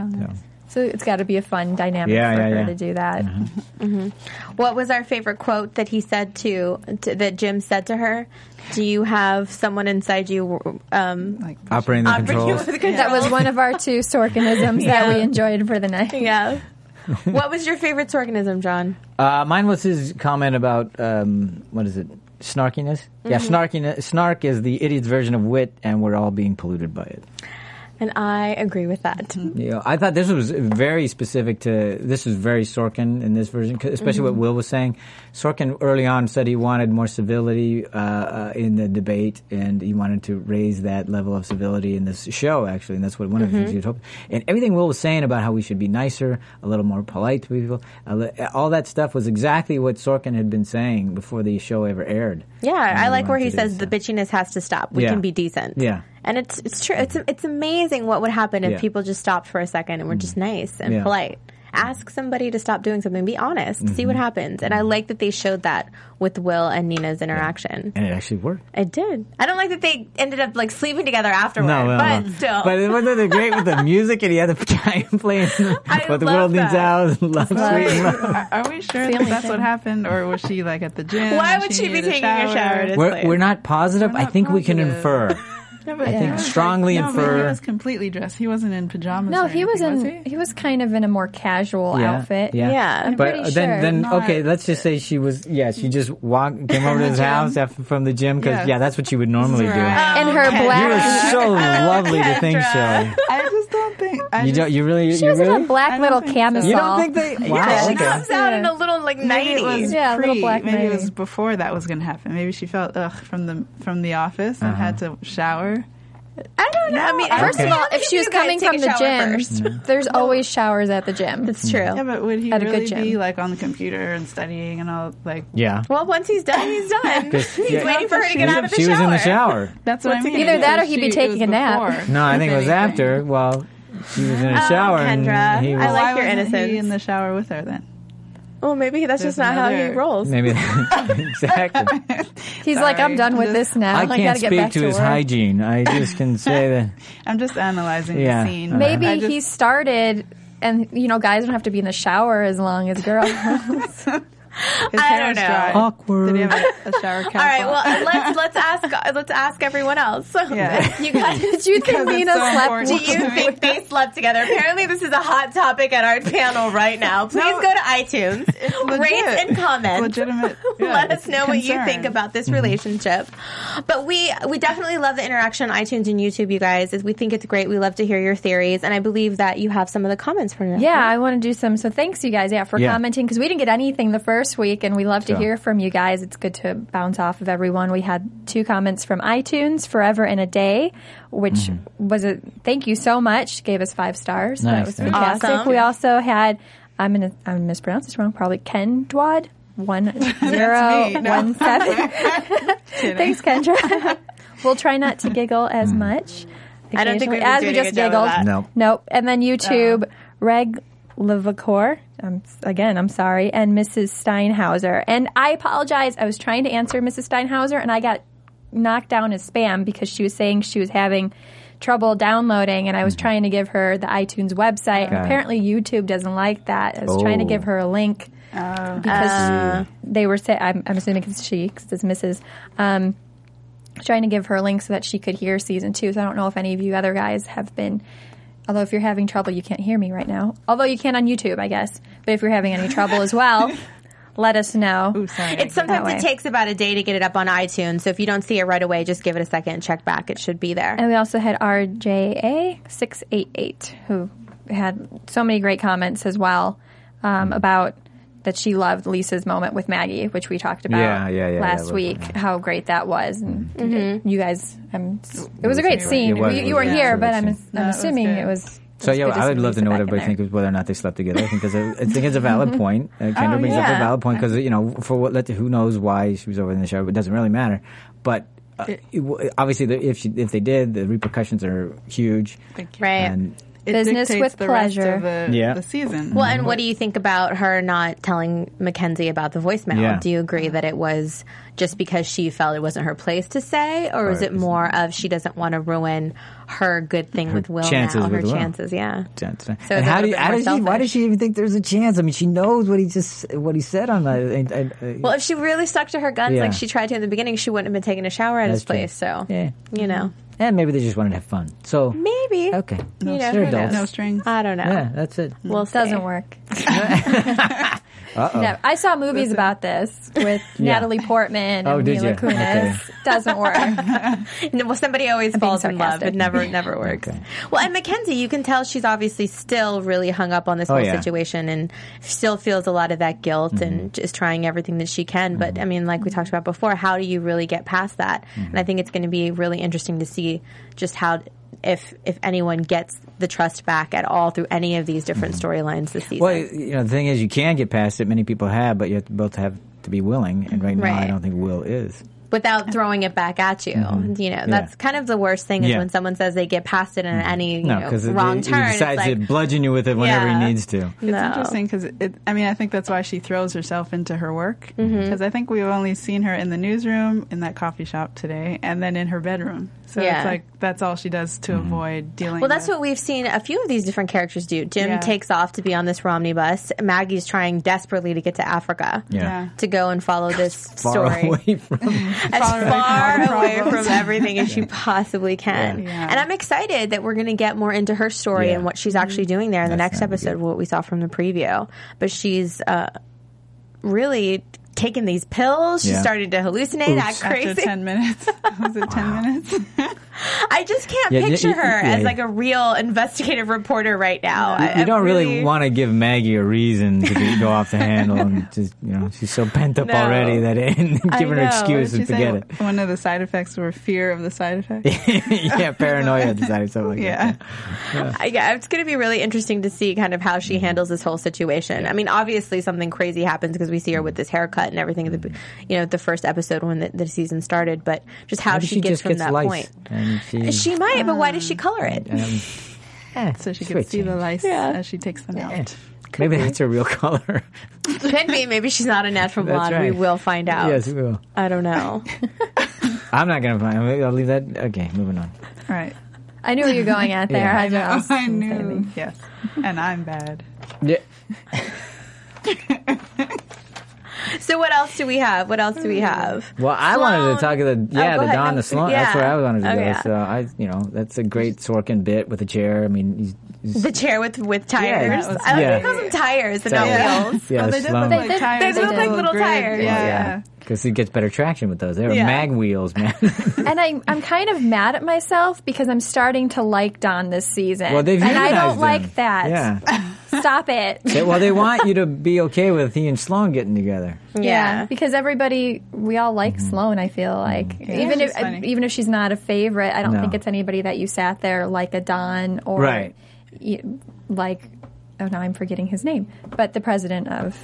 So it's got to be a fun dynamic
Yeah,
for
yeah, Mm-hmm.
her
yeah.
to do that.
What was our favorite quote that he said to, to that Jim said to her? Do you have someone inside you? Um,
Like,
Operating the
operating
controls.
with controls?
That was one of our two Sorkinisms that we enjoyed for the night.
Yeah. what was your favorite Sorganism, John?
Uh, mine was his comment about um, what is it? Snarkiness. Yeah,
Mm-hmm.
snarkiness. Snark is the idiot's version of wit, and we're all being polluted by it.
And I agree with that.
You know, I thought this was very specific to this was very Sorkin in this version, 'cause- especially what Will was saying. Sorkin early on said he wanted more civility uh, uh, in the debate, and he wanted to raise that level of civility in this show, actually, and that's what one of the things he was hoping. And everything Will was saying about how we should be nicer, a little more polite to people, a li- all that stuff was exactly what Sorkin had been saying before the show ever aired.
Yeah,
And
I
he
like where
wanted
he
to do
says
this
the
stuff.
bitchiness has to stop. We
Yeah.
can be decent.
Yeah.
And it's it's true. It's it's amazing what would happen if
Yeah. Mm.
people just stopped for a second and were just nice and
Yeah.
polite. Ask somebody to stop doing something. Be honest. See
Mm-hmm.
what happens. And I like that they showed that with Will and Nina's interaction.
and it actually worked.
It did. I don't like that they ended up like sleeping together afterward.
No, no,
but
no.
still,
But it wasn't it great with the music and he had the guy playing
I
What the
love
World Needs
that.
Out and Love Sweet and Love.
Are, are we sure that
Family
that's
thing.
what happened, or was she like at the gym?
Why
and
would she be
needed
taking a shower? to
We're,
sleep?
we're not positive.
We're
I
not
think we can
positive.
infer.
No, but
I think
yeah.
strongly
no, But he
infer.
was completely dressed. He wasn't in pajamas.
No,
or
he was
anything,
in.
Was he?
he? was kind of in a more casual
Yeah,
outfit.
yeah,
Yeah. I'm
but
pretty
then,
sure
then
not-
okay. Let's just say she was. Yeah, she just walked, came over to
the
his
gym.
house after, from the gym because
Yeah.
yeah. that's what you would normally do.
where I
In her
You were
black,
so lovely to think so.
I just don't think. I
You
just,
don't. You really.
she
you
was
really.
in a black
I don't
little
think so.
camisole.
you don't think they? Wow.
Yeah, she
okay.
comes out in a little like
Maybe it was
nineties.
Yeah, a little
pre-
black
Maybe it
lady.
was before that was going to happen. Maybe she felt ugh from the from the office and had
Uh-huh.
to shower.
I don't know. I mean,
First
Okay.
of all, if she was coming from the gym, there's always showers at the gym.
it's true.
Yeah, but would he
At a good
really be
gym.
like on the computer and studying and all? Like
Yeah.
Well, once he's done, he's done. he's
yeah.
waiting for her to get out of the
she
shower.
was in the shower.
that's what I
What's he
mean.
gonna
Either
It
that or
was
he'd be
she- it was
taking a nap.
before,
No, I
if
think it was
anything.
after. Well, she was in a
Oh,
shower.
Kendra.
And he was,
I
Why
like your
wasn't he
innocence.
in the shower with her then.
Well, maybe that's
There's
just not how he
another-
rolls.
Maybe exactly.
He's like, I'm
Sorry.
done with this now.
I
I
can't
gotta get
speak
back
to
to
his
work.
hygiene. I just can say that.
I'm just analyzing
Yeah.
the scene.
Maybe
I just-
he started, and you know, guys don't have to be in the shower as long as girls.
his
I
hair
don't
was
know.
dry.
Awkward.
Did he have a, a shower cap?
All right.
on?
Well, let's let's ask let's ask everyone else.
Yeah.
you guys,
Did you think
it's
Lena
so
slept?
important.
do you think they slept together? Apparently, this is a hot topic at our panel right now. Please
No.
go to iTunes, rate
legit.
and comment.
legitimate. yeah,
Let us know what you
concern. Mm-hmm.
think about this relationship. But we we definitely love the interaction on iTunes and YouTube, you guys. As we think it's great. We love to hear your theories, and I believe that you have some of the comments for us.
Yeah, I want to do some. So thanks, you guys, yeah, for
Yeah.
commenting because we didn't get anything the first week, and we love to
Sure.
hear from you guys. It's good to bounce off of everyone. We had two comments from iTunes, "Forever in a Day," which was a thank you so much. Gave us five stars.
Mm-hmm. Nice,
That was
thank you.
fantastic.
Awesome.
We also had I'm gonna I'm gonna mispronounce this wrong. Probably Ken Dwad one zero
me, no.
one seven. Thanks, Kendra. we'll try not to giggle as much.
I don't think
occasionally,
we've been
as
doing
we
a good
just
job of
giggled.
that. Uh-huh.
No.
Nope. And then YouTube, Reg Levacore. Um, again, I'm sorry. And Mrs. Steinhauser. And I apologize. I was trying to answer Mrs. Steinhauser and I got knocked down as spam because she was saying she was having trouble downloading and I was trying to give her the iTunes website. And
Okay.
apparently YouTube doesn't like that. I was trying to
Oh.
give her a link because they were saying, I'm, I'm assuming it's she because it's Mrs. Um, trying to give her a link so that she could hear season two. So I don't know if any of you other guys have been. Although if you're having trouble, you can't hear me right now. Although you can on YouTube, I guess. But if you're having any trouble as well, let us know.
Ooh, sorry.
It's sometimes
That
it
way.
takes about a day to get it up on iTunes. So if you don't see it right away, just give it a second and check back. It should be there.
And we also had RJA688, who had so many great comments as well um,
Mm.
about that she loved Lisa's moment with Maggie, which we talked about
Yeah, yeah, yeah,
last
yeah, it was-
week, how great that was. And you guys, I'm, it was a great
It
scene.
was-
you,
it
you were
was
here,
a
but
great
I'm,
scene.
I'm
it was
assuming
good.
it was.
So
it was
yeah,
good
I
see
would love to
Lisa
know what
back in
everybody
there.
thinks whether or not they slept together. I think it's a, I think it's a valid point. Uh, Kendra
Oh,
brings up
yeah.
a valid point because you know for what let who knows why she was over in the shower, but it doesn't really matter. But uh, it, w- obviously, the, if she, if they did, the repercussions are huge.
Right.
And
It
Business
dictates
with
the rest
pleasure.
of the,
Yeah.
the season.
Well, and what do you think about her not telling Mackenzie about the voicemail?
Yeah.
Do you agree that it was just because she felt it wasn't her place to say, or was
Right.
it more of she doesn't want to ruin her good thing with Will
chances
now, her
with Will.
chances? Yeah.
Chance.
a
and
little
how do you,
bit
how
more
does she, why
selfish.
does she even think there's a chance? I mean, she knows what he just what he said on that. and- and- uh,
Well, if she really stuck to her guns
Yeah.
like she tried to in the beginning, she wouldn't have been taking a shower at his
That's true.
place. So,
Yeah.
you know,
and Eh, maybe they just wanted to have fun. So
maybe.
okay,
You know,
they're
who knows?
adults.
No strings.
I don't know.
Yeah, that's it.
We'll
Doesn't
see.
work. No, I saw movies about this with Natalie Portman and
Oh, did
Mila
you?
Kunis. Doesn't work.
No, well, somebody always
being
falls in love.
sarcastic.
It never, never works.
Okay.
Well, and Mackenzie, you can tell she's obviously still really hung up on this
Oh,
whole
yeah. Mm-hmm.
situation and still feels a lot of that guilt and is trying everything that she can. But I mean, like we talked about before, how do you really get past that? And I
Mm-hmm.
think it's going to be really interesting to see just how. If if anyone gets the trust back at all through any of these different storylines this season,
Mm-hmm. Well, you know, the thing is, you can get past it. Many people have, but you have to both have to be willing. And right, now, I
Right.
don't think Will is.
without throwing it back at you, you know that's kind of the worst thing is
Mm-hmm. Yeah. Mm-hmm.
when someone says they get past it in any you
No,
know,
because
wrong
he
turn. It's
decides
like,
to bludgeon you with it whenever
Yeah.
he needs to.
It's
No.
interesting because it, I mean, I think that's why she throws herself into her work. Because
Mm-hmm.
I think we've only seen her in the newsroom, in that coffee shop today, and then in her bedroom. So
Yeah.
it's like that's all she does to
Mm-hmm.
avoid dealing.
Well, that's
with.
what we've seen a few of these different characters do. Jim
Yeah.
takes off to be on this Romney bus. Maggie's trying desperately to get to Africa
Yeah.
to go and follow this
Far
story
away from.
as
Far away
far
from all
away
problems.
from everything as she possibly can.
Yeah. Yeah.
And I'm excited that we're going to get more into her story
Yeah.
and what she's actually
Mm-hmm.
doing there in the
That's
next
gonna be
episode,
good.
what we saw from the preview. But she's uh, really taking these pills. She
Yeah.
started to hallucinate, act
After
crazy.
ten minutes, was it ten minutes?
I just can't
Yeah, yeah,
picture
yeah,
her
yeah,
as
yeah.
like a real investigative reporter right now. I-
You
I'm
don't really, want to give Maggie a reason to be, go off the handle, and just you know she's so pent up
No.
already that it, and giving her
know.
excuse
She
and forget
said One of the side effects were fear of the side effect.
it. yeah, paranoia decided something like that.
yeah.
I, yeah, it's going to be really interesting to see kind of how she
Mm-hmm.
handles this whole situation. I mean, obviously something crazy happens because we see her with this haircut and everything. At the, you know, the first episode when the, the season started, but just how
Maybe
she,
she
gets
just
from
gets
that
lice,
point.
and she,
She might, but why does she color it?
um, eh,
So she
great
could see the
change.
lice
Yeah.
as she takes them
Eh,
out.
Maybe that's her real color.
Could be. Maybe she's not a natural
That's
blonde. We
right.
will find out.
Yes, we will.
I don't know.
I'm not gonna find. I'll leave that. Okay, moving on.
All right.
I knew where you were going at there.
Yeah.
I, know.
I knew. Yes. And I'm bad.
Yeah.
so what else do we have? What else do we have?
Hmm. Well, I wanted to talk
Sloan.
to the yeah
Oh, go
the
ahead.
Don
No,
the Sloan.
yeah.
That's where I wanted to
Oh,
go.
yeah.
So I, you know, that's a great Sorkin bit with a chair. I mean, he's, he's
The chair with with tires.
that was-
I like
yeah.
to call them tires, but
So-
not
Yeah.
wheels.
yeah,
oh, they did
Sloan.
look like
They-
tires.
they
with
look
a
like
little
little
grid.
tires.
Yeah.
yeah, because he gets better traction with those. They were
Yeah.
mag wheels, man.
And I, I'm kind of mad at myself because I'm starting to like Don this season.
well, they've
and I don't
humanized them.
like that.
Yeah.
Stop it.
They- well, they want you to be okay with he and Sloan getting together.
Yeah.
because everybody, we all like
Mm-hmm.
Sloane. I feel like even
she's
if uh,
funny.
even if she's not a favorite, I don't
No.
think it's anybody that you sat there like a Don or
Right.
y- like oh now I'm forgetting his name, but the president of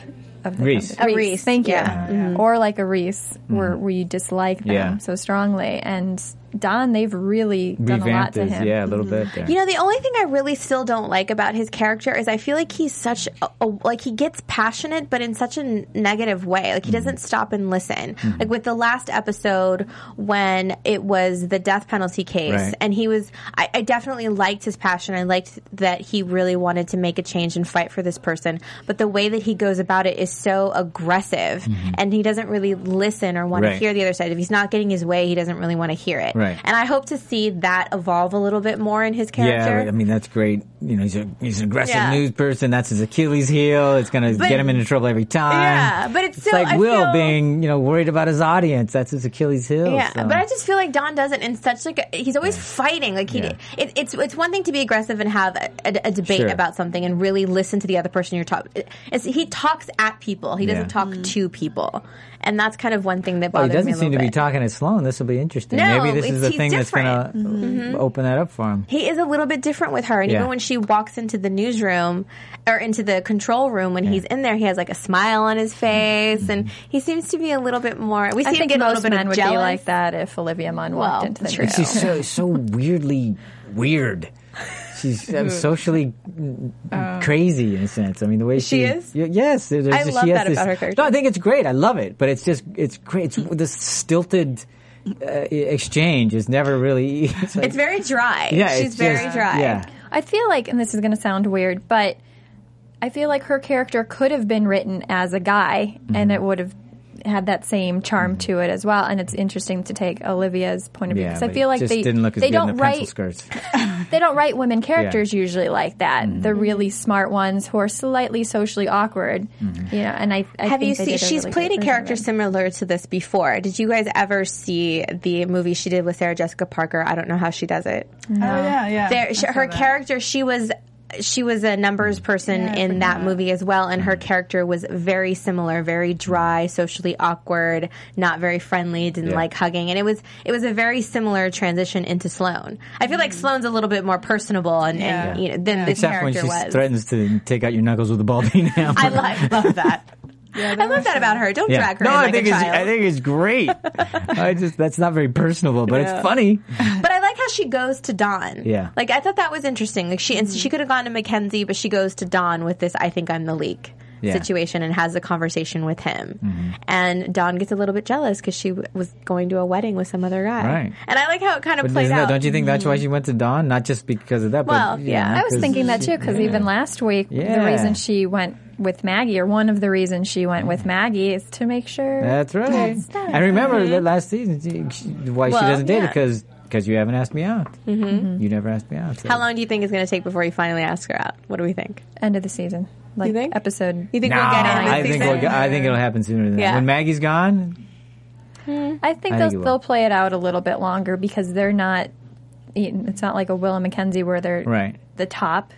of the
Reese. Mm.
company.
A
Reese,
Reese,
thank you,
yeah.
or like a Reese where where you dislike them
Yeah.
so strongly, and Don they've really done a lot
Revamped
to
his,
him.
yeah, a little bit there.
You know, the only thing I really still don't like about his character is I feel like he's such a, a- like he gets passionate, but in such a n- negative way.
Mm-hmm.
Like he doesn't stop and listen. Like with the last episode when it was the death penalty case,
Right.
and he was, I, I definitely liked his passion. I liked that he really wanted to make a change and fight for this person. But the way that he goes about it is so aggressive, and he doesn't really listen or want
Mm-hmm. Right.
to hear the other side. If he's not getting his way, he doesn't really want to hear it.
Right.
And I hope to see that evolve a little bit more in his character.
Yeah, but, I mean that's great. You know, he's a he's an aggressive
Yeah.
news person. That's his Achilles heel. It's gonna
But-
get him into trouble every time.
Yeah, but it's still-
like
I
Will
feel-
being you know worried about his audience. That's his Achilles heel.
Yeah,
so.
but I just feel like Don does it in such like a, he's always fighting. Like he,
Yeah.
it, it's it's one thing to be aggressive and have a, a, a debate
Sure.
about something and really listen to the other person you're talking. He talks at people. He doesn't
Yeah.
talk
Mm.
to people, and that's kind of one thing that
Well, he
bothers me
doesn't
a
seem to
little
be
bit.
talking to Sloan. This will be interesting.
No,
Maybe this
it's-
is the
he's
thing that's gonna
different. Mm-hmm.
uh, open that up for him.
he is a little bit different with her, and
Yeah.
even when she walks into the newsroom or into the control room when he's in there, he has like a smile on
Mm-hmm.
his face, and he seems to be a little bit more. We see
I
him
think
get a little
most
bit
men
of
would
jealous.
be like that if Olivia Munn walked
Well,
into the
true.
room.
She's so so weirdly weird. she's um, socially mm, crazy in a sense. I mean, the way
She
she,
is?
Y- yes, there- there's
I
just-
love
she has
that
this-
about her character.
No, I think it's great. I love it, but it's just it's great. It's this stilted uh, exchange is never really. It's, like,
It's very dry.
yeah,
She's
it's
very
just-
dry.
Yeah,
I feel like, and this is going to sound weird, but I feel like her character could have been written as a guy,
Mm-hmm.
and it would have had that same charm to it as well. And it's interesting to take Olivia's point of view
yeah.
because I
but
feel
it
like
just
they
didn't look as
they
good
don't
in the pencil
write
skirts.
they don't write women characters usually like that.
Mm-hmm.
The really smart ones who are slightly socially awkward,
Mm-hmm.
you know. And I, I
Have
think
you
they
seen?
did
She's
really
played
good
a character
version
similar to this before. Did you guys ever see the movie she did with Sarah Jessica Parker? I don't know how she does it.
Oh yeah, yeah.
There, sh
I
her
saw that.
character, she was. She was a numbers person
I
in
forgot
that movie as well, and her character was very similar, very dry, socially awkward, not very friendly, didn't
Yeah.
like hugging, and it was it was a very similar transition into Sloane. I feel like Sloane's a little bit more personable and, and
Yeah.
you know than this
Except when
character
she
was.
threatens to take out your knuckles with a ball peen hammer.
I love, love that. I love that about her. Don't
Yeah.
drag her
no,
in
I
like
think
a
it's
child.
I think it's great. I just that's not very personable, but it's funny.
But I like how she goes to Dawn.
Yeah.
Like I thought that was interesting. Like she and she could have gone to Mackenzie, but she goes to Dawn with this I think I'm the leak
Yeah. Mm-hmm.
situation and has a conversation with him. And Dawn gets a little bit jealous cuz she w- was going to a wedding with some other guy.
Right.
And I like how it kind of
But
played
isn't
out. Mm-hmm.
that, don't you think that's why she went to Dawn? Not just because of that,
Well,
but
yeah.
I was thinking that too because even last week, the
Yeah.
reason she went with Maggie, or one of the reasons she went with Maggie, is to make sure
That's right. And remember that last season, she- she- why
Mm-hmm. Well,
she doesn't date
yeah.
it because you haven't asked me out. Mm-hmm. You never asked me out. so-
how long do you think it's going to take before you finally ask her out? What do we think?
end of the season, like
You think?
episode.
You think
Nah,
we'll get in this
I think
season?
we'll, get- I think it'll happen sooner than
Yeah.
that. When Maggie's gone,
I think
I think
they'll,
it will.
they'll play it out a little bit longer because they're not. It's not like a Will and Mackenzie where they're
Right.
the top,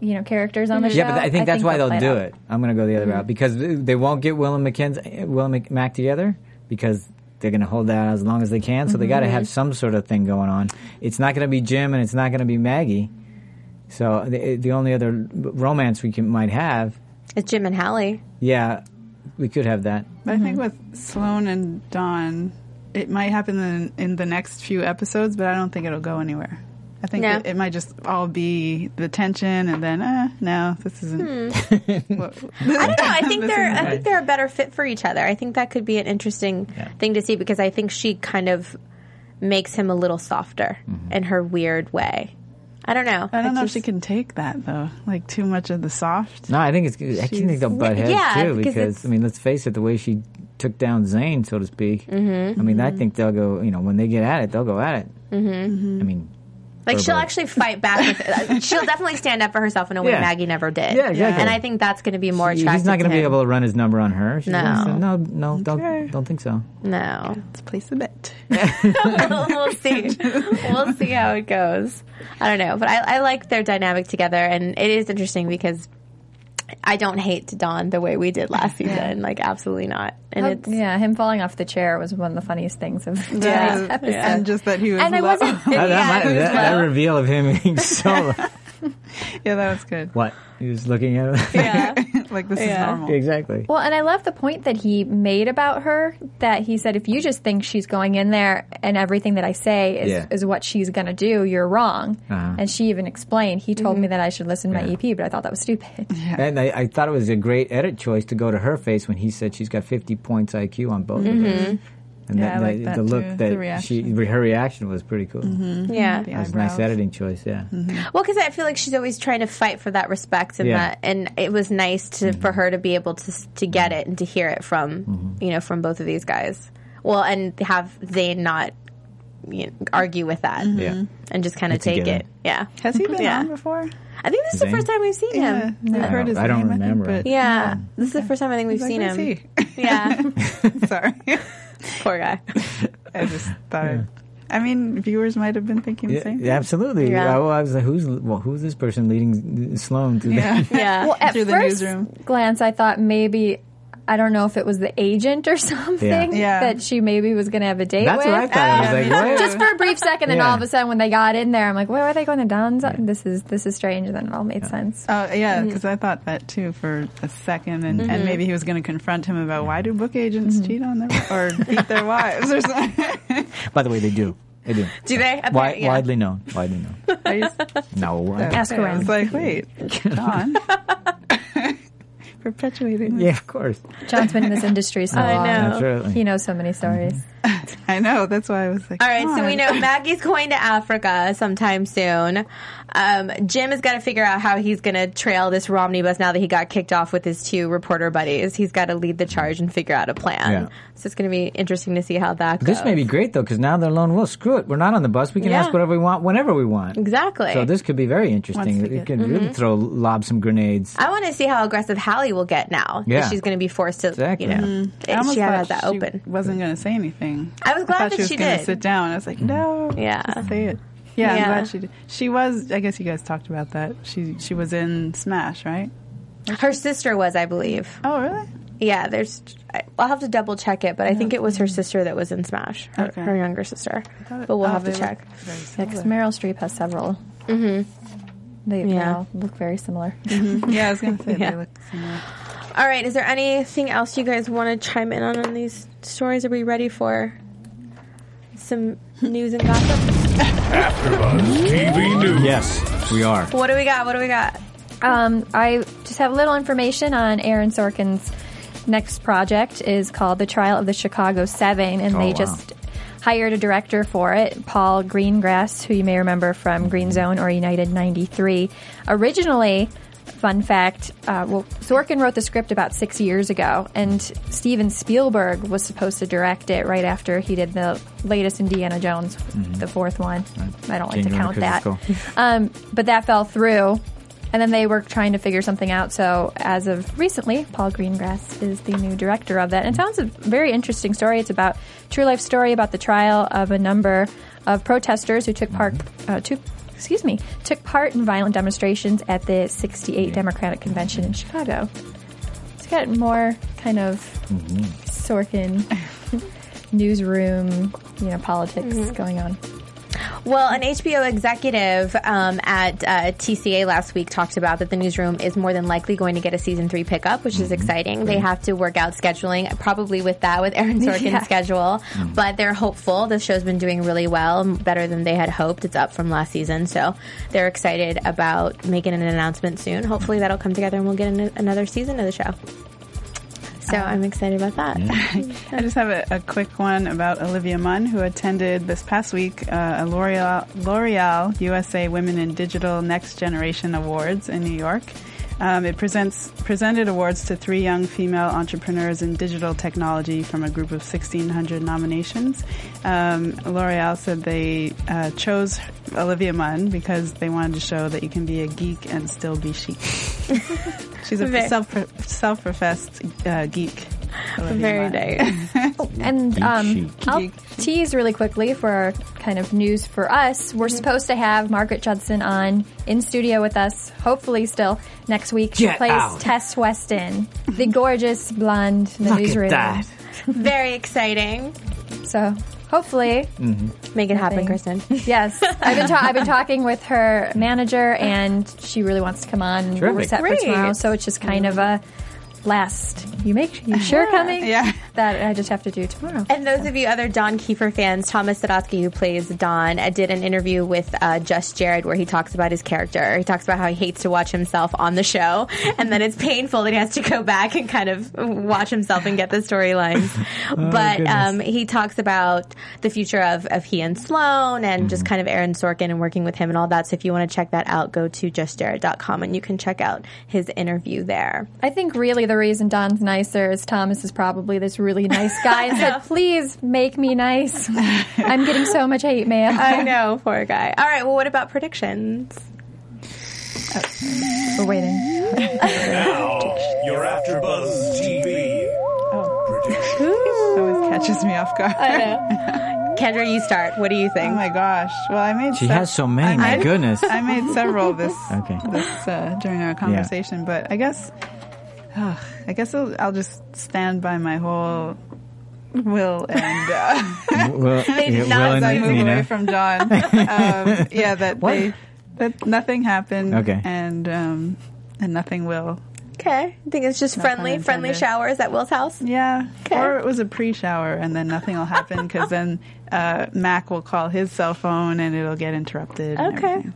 you know, characters on the show.
Yeah, but I think that's why they'll,
play
do
out.
it. Mm-hmm. I'm going to go the other route because they won't get Will and Mackenzie, Will and Mac- Mac together because they're going to hold that as long as they can. So they got to have some sort of thing going on. It's not going to be Jim and it's not going to be Maggie. So the, the only other romance we can, might have,
It's Jim and Hallie.
yeah, we could have that.
But I think with Sloane and Dawn, it might happen in, in the next few episodes, but I don't think it'll go anywhere. I think
No.
it, it might just all be the tension, and then uh, no, this isn't. what-
I don't know. I think
This
they're
isn't
I think they're a better fit for each other. I think that could be an interesting thing to see because I think she kind of makes him a little softer
Mm-hmm.
in her weird way. I don't know.
I don't know if
just-
she can take that though, like too much of the soft.
No, I think it's. I can think they'll butt heads
Yeah,
too
because
because I mean, let's face it, the way she took down Zane, so to speak. Mm-hmm, I mean, I think they'll go. You know, when they get at it, they'll go at it. Mm-hmm. I mean,
Like she'll
verbal.
actually fight back. With, uh, she'll definitely stand up for herself in a way
Yeah.
Maggie never did.
Yeah, exactly.
And I think that's going to be more
He-
attractive.
He's not
going to
be able to run his number on her. She's
No.
gonna say, no, no, don't,
Okay.
don't think so.
No,
Let's place a bet.
we'll see. We'll see how it goes. I don't know, but I, I like their dynamic together, and it is interesting because I don't hate Dawn the way we did last season. Like, absolutely not. And it's
Yeah, him falling off the chair was one of the funniest things of the
Yeah.
episode.
and just that he was.
And I
low.
wasn't.
That,
yeah,
that, might-
he was
that- that
low.
reveal of him being so
yeah, that was good.
what he was looking at. Her.
yeah.
like this
Yeah.
is normal.
exactly.
Well, and I love the point that he made about her that he said, if you just think she's going in there and everything that I say is,
Yeah.
is what she's going to do, you're wrong.
Uh-huh.
And she even explained, he told
Mm-hmm.
me that I should listen to my EP, but I thought that was stupid.
And I, I thought it was a great edit choice to go to her face when he said she's got 50 points IQ on both of them. And
Yeah, I like
the,
that
the look
too,
that
the
she,
reaction.
her reaction was pretty cool.
Yeah.
The
That was a
eyebrows.
nice editing choice, yeah.
Well, because I feel like she's always trying to fight for that respect and
Yeah.
that, and it was nice to for her to be able to s- to get it and to hear it from you know from both of these guys. Well, and have Zayn not you know, argue with that
Yeah.
and just kind of
Get
take
together.
it. Yeah,
Has he been
Yeah.
on before?
I think this is the
Zayn?
first time we've seen
Yeah,
him.
I've
I
heard
don't-
his
I don't
name,
remember
I think,
him.
but
Yeah, this is the first time I think we've
Like,
seen
where's
him.
he?
Yeah,
Sorry,
poor guy.
I just thought. I mean, viewers might have been thinking the
Yeah,
same.
yeah, absolutely.
Yeah.
I, I was like, who's well, who's this person leading Sloan through that?
Yeah,
Well, at
Through the
first
newsroom.
glance, I thought maybe. I don't know if it was the agent or something
Yeah.
that she maybe was going to have a date
That's
with. Ah.
what I thought. I was
me
like, what?
Just for a brief second, and
Yeah.
all of a sudden, when they got in there, I'm like, "Where are they going to Don's? This is this is strange." And then it all made sense.
Oh yeah,
Mm-hmm.
because I thought that too for a second, and, and maybe he was going to confront him
Mm-hmm.
about why do book agents cheat on their or beat their wives or something.
By the way, they do. They do.
Do they? Okay,
Wi-
yeah.
Widely known. Widely known.
I used to
No. I-
Ask around.
It's like, wait, John. Perpetuating.
yeah, of course.
John's been in this industry so
I
long.
know.
Absolutely.
He knows so many stories.
I know. That's why I was like,
All right, so
"John."
we know Maggie's going to Africa sometime soon. Um, Jim has got to figure out how he's going to trail this Romney bus now that he got kicked off with his two reporter buddies. He's got to lead the charge and figure out a plan.
Yeah.
So it's going to be interesting to see how that goes.
This may be great though, because now they're lone wolves. Screw it, we're not on the bus. We can
uh, Yeah.
ask whatever we want, whenever we want.
Exactly.
So this could be very interesting.
Once we
It can really throw lob some grenades.
Mm-hmm. I want to see how aggressive Hallie will get now. that
Yeah.
She's going to be forced to,
Exactly.
you know,
Mhm.
I almost
she had
thought
that
she
open.
Wasn't going to say anything.
I was glad
thought
that
she was
she
gonna
did.
sit down. I was like, no,
Yeah.
just say it. Yeah,
Yeah.
I'm glad she did. She was. I guess you guys talked about that. She she was in Smash, right?
Her sister was, I believe.
Oh, really?
Yeah, there's. I- I'll have to double check it, but I think it was her sister that was in Smash, her,
Okay.
her younger sister.
thought it-
But we'll
oh,
have to
they look
check.
very
Yeah, 'cause
similar.
Meryl Streep has several. Mm-hmm. They, they
Yeah.
all look very similar.
yeah, I was going to say
Yeah.
they look similar.
All right, is there anything else you guys want to chime in on on these stories? Are we ready for some news and gossip?
AfterBuzz TV News.
Yes, we are.
What do we got? What do we got?
Um, I just have little information on Aaron Sorkin's next project is called The Trial of the Chicago Seven, and
Oh,
they
wow.
just hired a director for it, Paul Greengrass, who you may remember from Green Zone or United '93. Originally, fun fact, uh, well, Sorkin wrote the script about six years ago, and Steven Spielberg was supposed to direct it right after he did the latest Indiana Jones,
Mm-hmm.
the fourth one. I don't like
Genuine
to count that.
critical.
Um, but that fell through. And then they were trying to figure something out. So as of recently, Paul Greengrass is the new director of that. And it sounds a very interesting story. It's about true life story about the trial of a number of protesters who took part uh, took excuse me took part in violent demonstrations at the 68 Democratic Convention in Chicago. It's got more kind of Sorkin newsroom, you know, politics going on.
Well, an HBO executive um, at uh, TCA last week talked about that the newsroom is more than likely going to get a season three pickup, which
Mm-hmm.
is exciting. They have to work out scheduling, probably with that, with Aaron Sorkin's
Yeah. Mm-hmm.
schedule. But they're hopeful. The show's been doing really well, m- better than they had hoped. It's up from last season, so they're excited about making an announcement soon. Hopefully, that'll come together and we'll get an- another season of the show.
Uh,
So I'm excited about that.
I just have a, a quick one about Olivia Munn, who attended this past week uh, a L'Oreal, L'Oreal USA Women in Digital Next Generation Awards in New York. Um, it presents presented awards to three young female entrepreneurs in digital technology from a group of 1,600 nominations. Um, L'Oreal said they uh, chose Olivia Munn because they wanted to show that you can be a geek and still be chic. She's a
Very-
self self professed uh, geek. Olivia
Very
Munn.
nice.
And
Geek
um,
chic.
I'll
Geek
tease really quickly for kind of news for us. We're
Mm-hmm.
supposed to have Margaret Judson on in studio with us, hopefully still next week. She
Get
plays
out.
Tess Weston, the gorgeous blonde in the
Look
newsroom.
at that.
Very exciting.
So hopefully,
Mm.
Make it happen,
Nothing.
Kristen.
yes. I've been ta- I've been talking with her manager, and she really wants to come on. We're
Terrific. Mm.
set
Great.
for tomorrow, so it's just kind of a last. You make you sure coming?
Yeah.
That I just have to do tomorrow.
And those of you other Don Kiefer fans, Thomas Sadowski, who plays Don, uh, did an interview with uh, Just Jared where he talks about his character. He talks about how he hates to watch himself on the show, and then it's painful that he has to go back and kind of watch himself and get the storylines.
Oh,
but
goodness.
um, he talks about the future of, of he and Sloan and just
Mm-hmm.
kind of Aaron Sorkin and working with him and all that. So if you want to check that out, go to justjared.com and you can check out his interview there.
I think really the reason Don's nicer is Thomas is probably this really nice guy and said, please make me nice. I'm getting so much hate mail.
I know, poor guy. All right, well, what about predictions?
We're waiting.
Now, your AfterBuzz TV. prediction.
always catches me off guard.
Kendra, you start. What do you think?
Oh my gosh! Well, I made
She
se-
has so many. My
I made,
goodness.
I made several this
Okay.
this uh, during our conversation, but I guess ugh, I guess I'll, I'll just stand by my whole will and uh,
Well, yeah,
did not
well,
as
and
I move
Oh, Nina.
away from John. Um, yeah, that
What?
they that nothing happened.
Okay.
and um, and nothing will.
Okay. I think it's just
pun
friendly, friendly
intended.
showers at Will's house.
Yeah.
Okay.
Or it was a pre shower and then nothing will happen because then uh, Mac will call his cell phone and it'll get interrupted. and
Okay.
everything.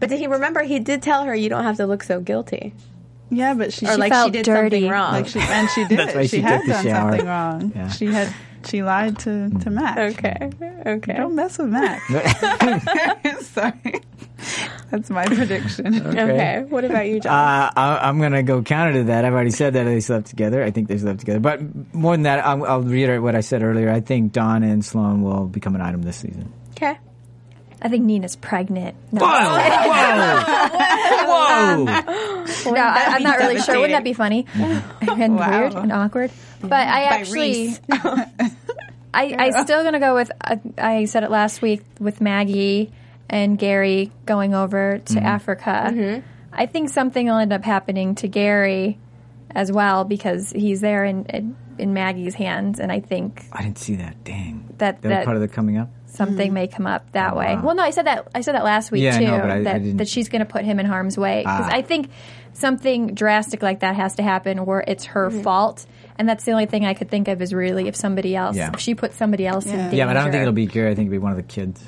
But did he remember? He did tell her you don't have to look so guilty,
Yeah, but she,
or
she
like
felt
she did
dirty.
something wrong.
Like she, and she did
why
it. She,
she
had
took the
done
shower.
something wrong.
Yeah.
She had she lied to to Mac.
okay. Okay.
Don't mess with Mac. Sorry. That's my prediction.
okay. What about you, John?
Uh, I, I'm gonna go counter to that. I've already said that they slept together. I think they slept together. But more than that, I'll, I'll reiterate what I said earlier. I think Don and Sloan will become an item this season.
okay.
I think Nina's pregnant. No,
Whoa! Whoa!
no I, I'm not really sure. Wouldn't that
devastating?
be funny and
Wow.
weird and awkward? But I actually,
Reese.
I I still gonna go with. I, I said it last week with Maggie and Gary going over to Africa. I think something will end up happening to Gary as well because he's there in in, in Maggie's hands, and I think
I didn't see that. Dang.
That-
that was
that-
part of the coming up.
something may come up that way.
Mm-hmm. Oh, wow.
Well, no, I said that I said that last week
Yeah, I
too.
know, but I- I
that,
didn't-
that she's going to put him in harm's way because
Ah.
I think something drastic like that has to happen where it's her
Mm-hmm.
fault, and that's the only thing I could think of is really if somebody else,
Yeah.
if she put somebody else in danger.
Yeah, but I don't think it'll be Gary. I think it'll be one of the kids.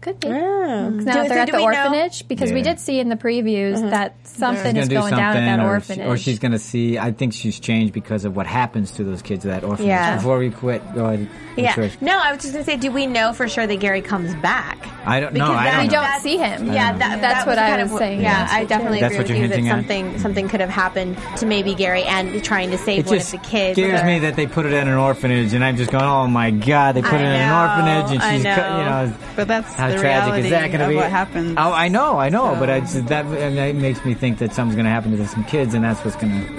Could be.
Mm.
'Cause Now
Do-
that they're
do-
at
do
the
we know-
orphanage because we
Yeah. Mm-hmm.
did see in the previews that something
She's
is going down at that
or,
orphanage.
she- or she's going to see. I think she's changed because of what happens to those kids at that orphanage.
Yeah.
Before we quit, go ahead. What's
Yeah.
yours?
No, I was just gonna say, do we know for sure that Gary comes back?
I don't know.
Because
I
that-
don't
we
know.
don't see him.
Yeah, that, that
That's
was
what I
kind
was
of,
saying.
Yeah,
That's
I
what
definitely
you're-
That's what
agree
you're
with you that
hinting at?
something something could have happened to maybe Gary and trying to save
It
one
just
of the kids.
scares
or-
me that they put it at an orphanage, and I'm just going, "Oh my god, they put
I
it at
know,
an orphanage,"
I
and she's, cut-
know.
you know,
But that's
how
the
tragic
reality
is that going to
of
be?
what happens.
Oh, I know, I know,
So-
but I just, that and that makes me think that something's going to happen to some kids, and that's what's going to.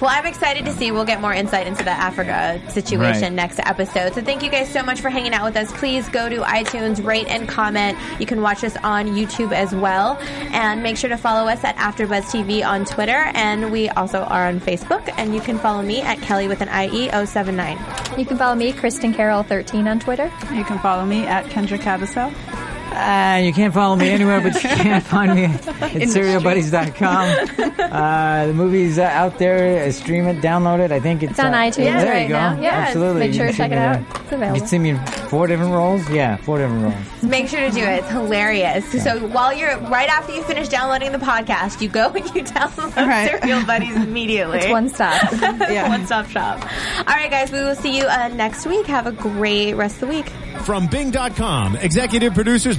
Well, I'm excited to see. We'll get more insight into the Africa situation
Right.
next episode. So thank you guys so much for hanging out with us. Please go to iTunes, rate and comment. You can watch us on YouTube as well, and make sure to follow us at AfterBuzz TV on Twitter, and we also are on Facebook. And you can follow me at Kelly with an E IE 079.
You can follow me, Kristen Carroll thirteen on Twitter.
You can follow me at Kendra Cabasel.
Uh, you can't follow me anywhere, but you can find me at serialbuddies.com. Uh, the movie's uh, out there. Uh, stream it, download it. I think it's,
It's on
uh,
iTunes
there you
right
go.
now. Yeah,
absolutely.
make
You
sure
can
to check
see
it
me
out.
there.
It's available.
You can see me in four different roles. Yeah, four different roles.
Make sure to do it. It's hilarious. So while you're right after you finish downloading the podcast, you go and you download
Right.
Serial Buddies immediately.
It's one stop.
Yeah.
One stop shop. All right, guys, we will see you uh, next week. Have a great rest of the week.
From Bing.com, executive producers